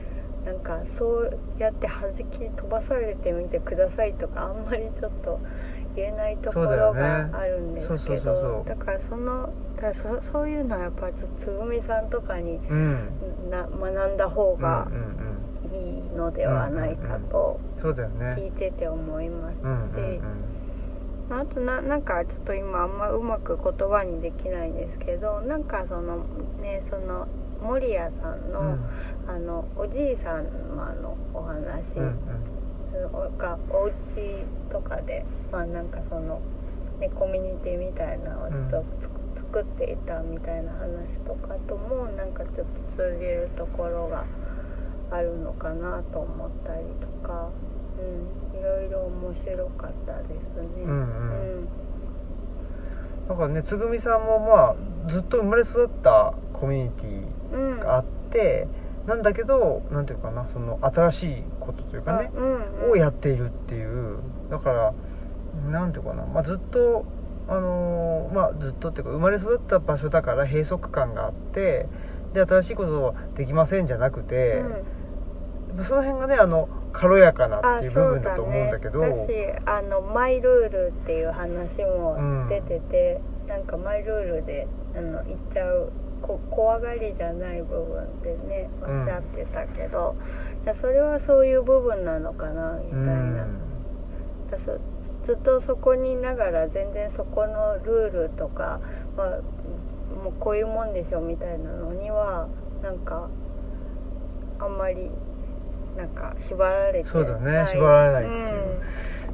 なんかそうやって弾き飛ばされてみてくださいとかあんまりちょっと言えないところ
そうだよね
があるんです
そうそう
け
そうそ
ど
う
だからそのだからそそういうのはやっぱりつぐみさんとかに
うん
な学んだ方が
うんうんうん
いいのではないかと
そうだよね
聞いてて思います
うんうん
しあとななんかちょっと今あんまうまく言葉にできないんですけどなんかそのねその守屋さん
う
の,、
んうん
あのおじいさまのお話
うんうん
がお家とかでまあなんかその、ね、コミュニティみたいなのをちょっとつく、作っていたみたいな話とかともなんかちょっと通じるところがあるのかなと思ったりとか、うん、いろいろ面白かったですね。
うんうん
うん
だからねつぐみさんもまあずっと生まれ育ったコミュニティ
うん
があってなんだけどなんていうかなその新しいことというかね
あ、うんうん、
をやっているっていうだからなんていうかな、まあ、ずっとあのーまあずっとっていうか生まれ育った場所だから閉塞感があってで新しいことはできませんじゃなくて、その辺がねあの軽やかなっていう部分だと思うんだけど
あそうだね、私あのマイルールっていう話も出てて、なんかマイルールであの行っちゃうこ怖がりじゃない部分ってねお
うん
っしゃってたけど、いやそれはそういう部分なのかなみた
う
いな、
ん
だそずっとそこにいながら全然そこのルールとか、まあ、もうこういうもんでしょみたいなのにはなんかあんまりなんか縛られて
そうだね
な
縛られないっていう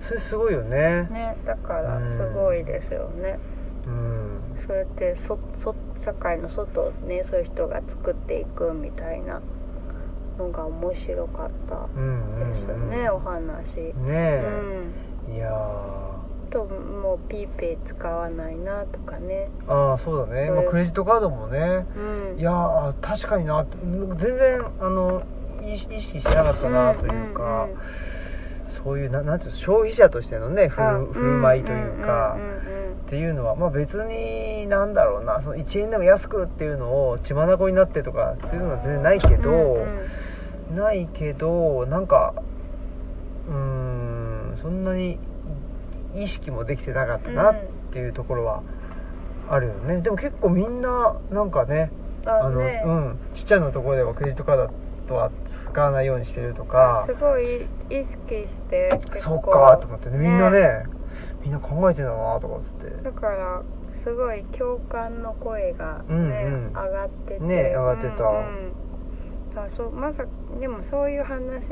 それすごいよね
うん、ねだからすごいですよね、
うん
そうやってそそ社会の外をねそういう人が作っていくみたいなのが面白かった
うんうん
です
うん
ね、お話、
ねえ、
うん
いやー
あともう PayPay 使わないなとかね
ああそうだね、
そう
まあ、
いう
クレジットカードもね
うん
いやー確かにな全然あの意識意識してなかったなというか、
んんうん
そういうななんていうの消費者としてのね振
あ
る振る舞いというか、
んうんうん
っていうのは、まあ、別になんだろうなその1円でも安くっていうのを血眼になってとかっていうのは全然ないけど、
うん
ないけどなんかうーんそんなに意識もできてなかったなっていうところはあるよね、でも結構みんななんかね
うんあ
あの、
ね
うん、ちっちゃなところではクレジットカードは使わないようにしてるとか
すごい意識して結
そ
構
っかと思ってねみんなねみんな考えてんだなとかっつって
だからすごい共感の声がね、
うんうん
上がってて
ね上がってた
うんうんだからそうまさでもそういう話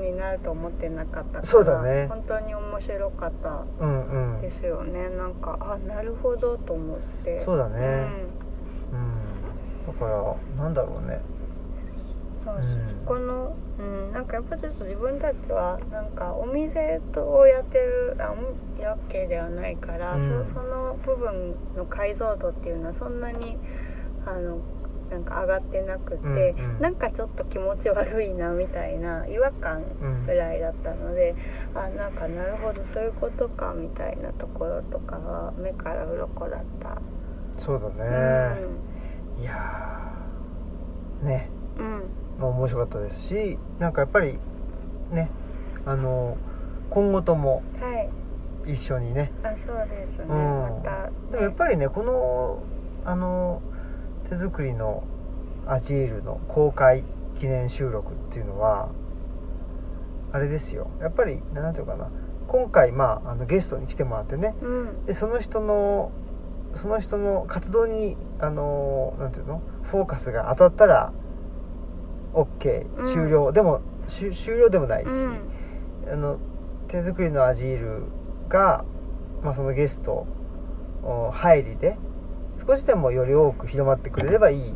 になると思ってなかったから
そうだね
本当に面白かった
うんうん
ですですよねなんかあなるほどと思って
そう
う
だねうんだからなんだろうね
んまあ
うん
そこの、うん、なんかやっぱちょっと自分たちはなんかお店をやってるあおやっけではないから、
うん
そその部分の解像度っていうのはそんなにあのなんか上がってなくて、
うんうん
なんかちょっと気持ち悪いなみたいな違和感
うん
ぐらいだったのであなんかなるほどそういうことかみたいなところとかは目から鱗だった、
そうだね、いやーね
うんうん
まあ面白かったですしなんかやっぱりねあの今後とも
はい
一緒にね
あそうですね、
ん
また
でもやっぱりねこのあの手作りのアジールの公開記念収録っていうのはあれですよやっぱり何ていうかな今回まああのゲストに来てもらってね
うん
でその人のその人の活動にあのなんていうのフォーカスが当たったら OK
うん
終了、でもしゅ終了でもないし、
うん
あの手作りのアジールが、まあ、そのゲストお入りで少しでもより多く広まってくれればいいっ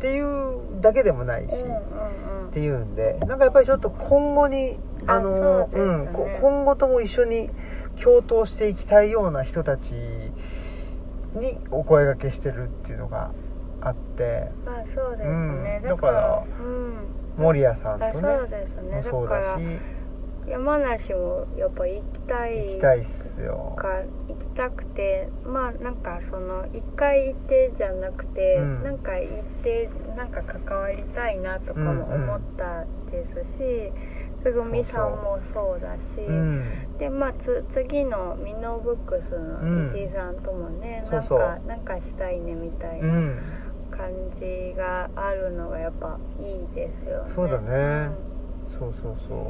ていうだけでもないし、
うんうん
っていうんでなんかやっぱりちょっと今後に
あ
あの
そうですね
ん、こ今後とも一緒に共闘していきたいような人たちにお声がけしてるっていうのがあって
まあそうですね、
うん
だから
だから
うん
守屋さん
あ
とね
そうですね
も
だ
そう
か
だ
ら
し
山梨もやっぱ行きたい
行きたいっすよ。
か行きたくてまあなんかその一回行ってじゃなくて、
うん
なんか行ってなんか関わりたいなとかも思ったですし、つぐみさんもそうだし
うん
でまあつ次のミノブックスの石井さんともね、
うん
なんか
そうそう
なんかしたいねみたいうなん感じがあるのがやっぱいいですよね。
そうだね
ん
そうそうそう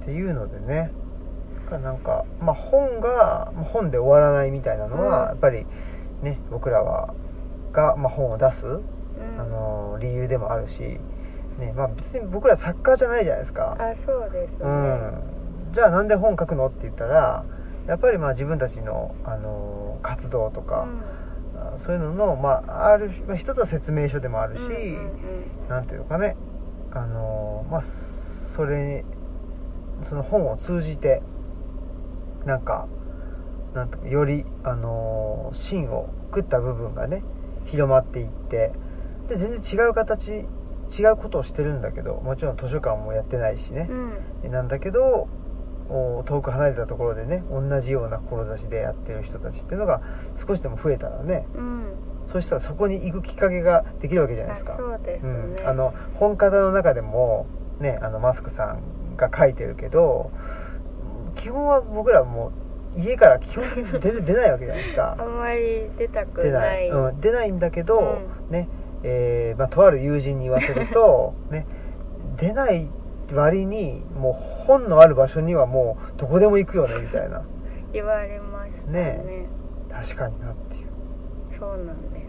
っていうのでねなんか、まあ、本がまあ本で終わらないみたいなの
うん
はやっぱりね僕らはが、まあ、本を出す、
うん
あの理由でもあるし、ねまあ、別に僕ら作家じゃないじゃないですか、
あそうですね、
うん、じゃあなんで本書くのって言ったらやっぱりまあ自分たちの、あの活動とか、あそういうのの、まあ、あるまあ、一つは説明書でもあ
う
る
ん
し、
うんうん
なんていうのかねあのまあそれその本を通じてなんかなんとかよりあの芯を食った部分がね広まっていってで全然違う形違うことをしてるんだけどもちろん図書館もやってないしね
う、ん
なんだけどお遠く離れたところでね同じような志でやってる人たちっていうのが少しでも増えたらね
うん
そうしたらそこに行くきっかけができるわけじゃない
あ
ですか。
そうです
う
ね、
ん、あの本方の中でも、ね、あのマスクさんが書いてるけど基本は僕らもう家から基本的に 全然出ないわけじゃないです
あ
か
んまり出たく
出
な
ない、
い
うん、出ないんだけど、ねえーまあ、とある友人に言わせる と、ね、出ない割にもう本のある場所にはもうどこでも行くよねみたいな
言われましたね
ね確かになっていう
そうなんです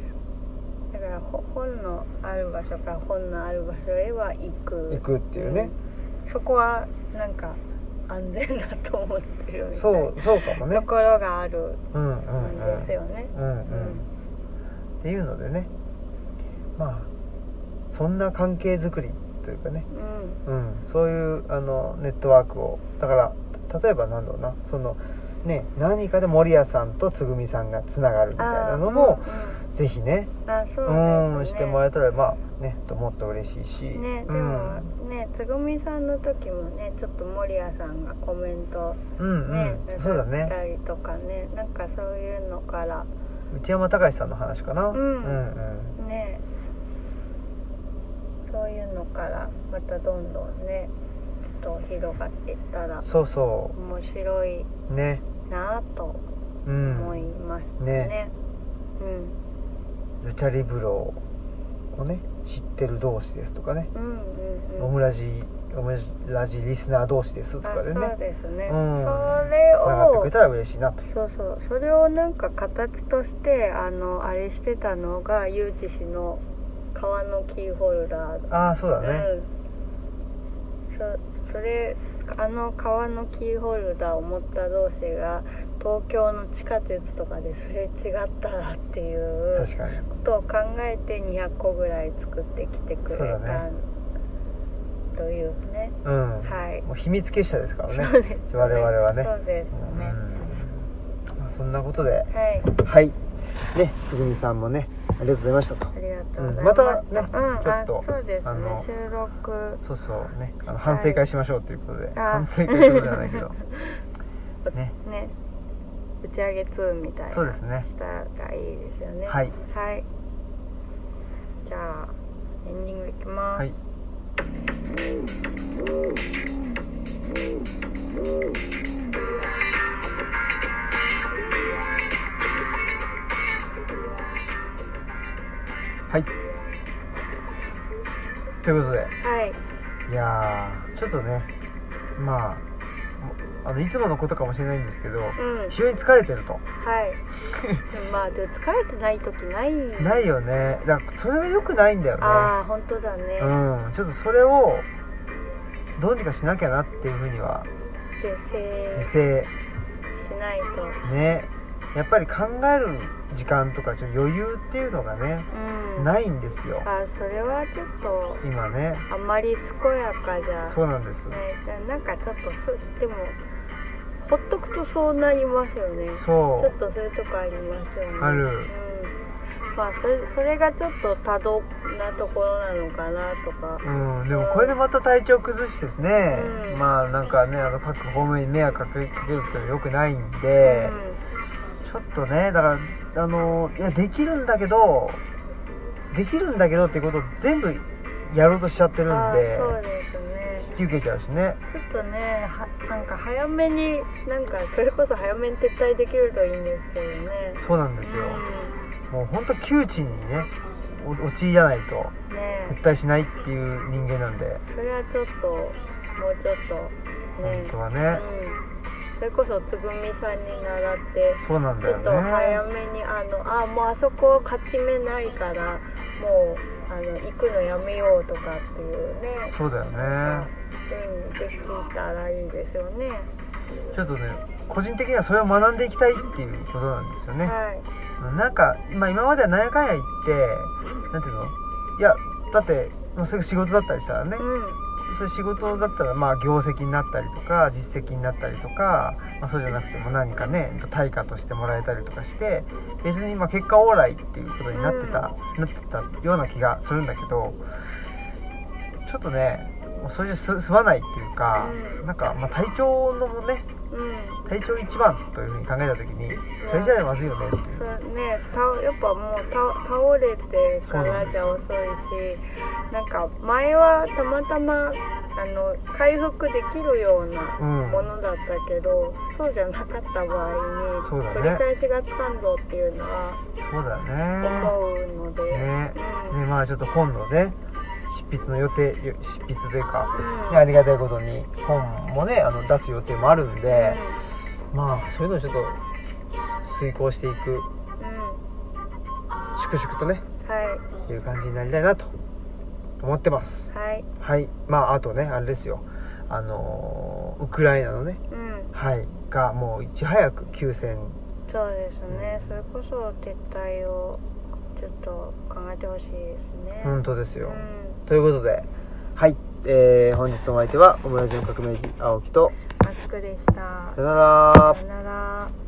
だからほ本のある場所から本のある場所へは行く
行くっていうね、
うんそこはなんか安全だと思ってるみたいな
そうそうかもね
ところがある
うんうん
ん
うん
ですよね、
うんうんっていうのでねまあそんな関係づくりというかね、
うん
うん、そういうあのネットワークをだからた例えばなんだろうなそのね何かで守屋さんとつぐみさんがつながるみたいなのも、ぜひね
あーうんうんあそう
う
ですね
んしてもらえたらまあねともっと嬉しいし、
ね、で
う
も
ん、
ねつぐみさんの時もねちょっと守屋さんがコメント
うんうん、
ね、
そうだ
なさっ
ね
たりとかねなんかそういうのから
内山隆さんの話かな、
ん
うんうん
ねそういうのからまたどんどんねちょっと広がっていったら
そうそ
面白いう
ね
なぁと
うん
思いますね,、うん、
ねルチャリブロをね知ってる同士ですとかね
うんうんうん
オムラジオムラジリスナー同士ですとかでね
あそうですね、
うん
それ
繋がってく
を
れたら嬉しいなという
そうそうそれをなんか形としてあのあれしてたのがゆうち氏の革のキーホルダー
ああそうだね、
うん、そそれあの革のキーホルダーを持った同士が東京の地下鉄とかですれ違ったらっていう
確かに
ことを考えて200個ぐらい作ってきてくれ
そうだ
た、
ね
というね
うん、
はい
もう秘密結社ですからね
そうですね
我々はね
そうです
うん
ね、
まあ、そんなことで
はい
はいねつぐみさんもねありがとうございましたと
ありがとうござい
う
ま
んまたね
す、
ち
うん、
ょっと
あそうです
あの
ね収録
そうそうねあ
は
の
い
反省会しましょうということで、
あ
反省会ってことじゃないけ どね
ね打ち上げ2みたいな
そうですね
したらいいですよね
はい
はいじゃあエンディングいきます、
はいはいということで
はい
いやーちょっとねまあもあのいつものことかもしれないんですけど
うんはい
非常に疲れてると
はい まあでも疲れてない時ない
ないよねだからそれが良くないんだよね
ああ本当だね、
うんちょっとそれをどうにかしなきゃなっていうふうには
是正
自制
しないと
ねやっぱり考える時間とかちょっと余裕っていうのがね
うん
ないんですよ
あそれはちょっと
今ね
あんまり健やかじゃ
そうなんです
ねじゃあなんかちょっとすでもほっとくとそうなりますよねちょ
そ
っとそういうとこありますよね
ある
うん、まあそれそれがちょっと多動なところなのかなとか
ううんでもこれでまた体調崩してですね
うん
まあなんかねあの各方面に迷惑かけかけると良くないんでちょっとねだからあのいやできるんだけどできるんだけどっていうことを全部やろうとしちゃって
う
る
ん、あ
ん
あ
で
そうですね
引き受けちゃうしね
ちょっとねはなんか早めになんかそれこそ早めに撤退できるといいんですけどね
そうなんですよもうほんと窮地にねお陥らないと
うんね
撤退しないっていう人間なんで
それはちょっともうちょっとね
本当はね
うん、それこそつぐみさんに習って
そうなん
ち
だ
ょ
よね
っと早めにあのあもうあそこ勝ち目ないからもうあの行くのやめようとかっていうね
そうだよね
うんできたらいいですよね
ちょっとね個人的にはそれを学んでいきたいっていうことなんですよね
はい
なんか、まあ、今までは何やかんや言ってなんていうのいやだってまあそれが仕事だったりしたらね
うん
そういう仕事だったらまあ業績になったりとか実績になったりとか、まあ、そうじゃなくても何かね対価としてもらえたりとかして別にまあ結果オーライっていうことになってた、なってたような気がするんだけどちょっとねもうそれじゃす済まないっていうか、
うん
なんかまあ体調のもね
うん
体調一番というふうに考えた時にそれじゃまずいよねっていう
そ。うねたやっぱもうた倒れてからじゃ遅いしなんか前はたまたまあの回復できるような
うん
ものだったけど、そうじゃなかった場合に
そうだね
取り返しがつかんぞっていうのは
そうだね
思うので、
ね
うん
ねまあちょっと今度ね執筆の予定よ執筆というか
うん
ねありがたいことに本もねあの出す予定もあるん
うん
で、まあそういうのをちょっと遂行していく
うん
粛々とね
は
いう感じになりたいなと思ってます
いはい
はいまああとねあれですよあのーウクライナのね
うん
はいがもういち早く休戦
そうですねそれこそ撤退をちょっと考えてほしいですね、
本当ですよ、
うん
ということではいえー、本日のお相手はオムラジの革命児青木と
マスクでした
さよなら
さよなら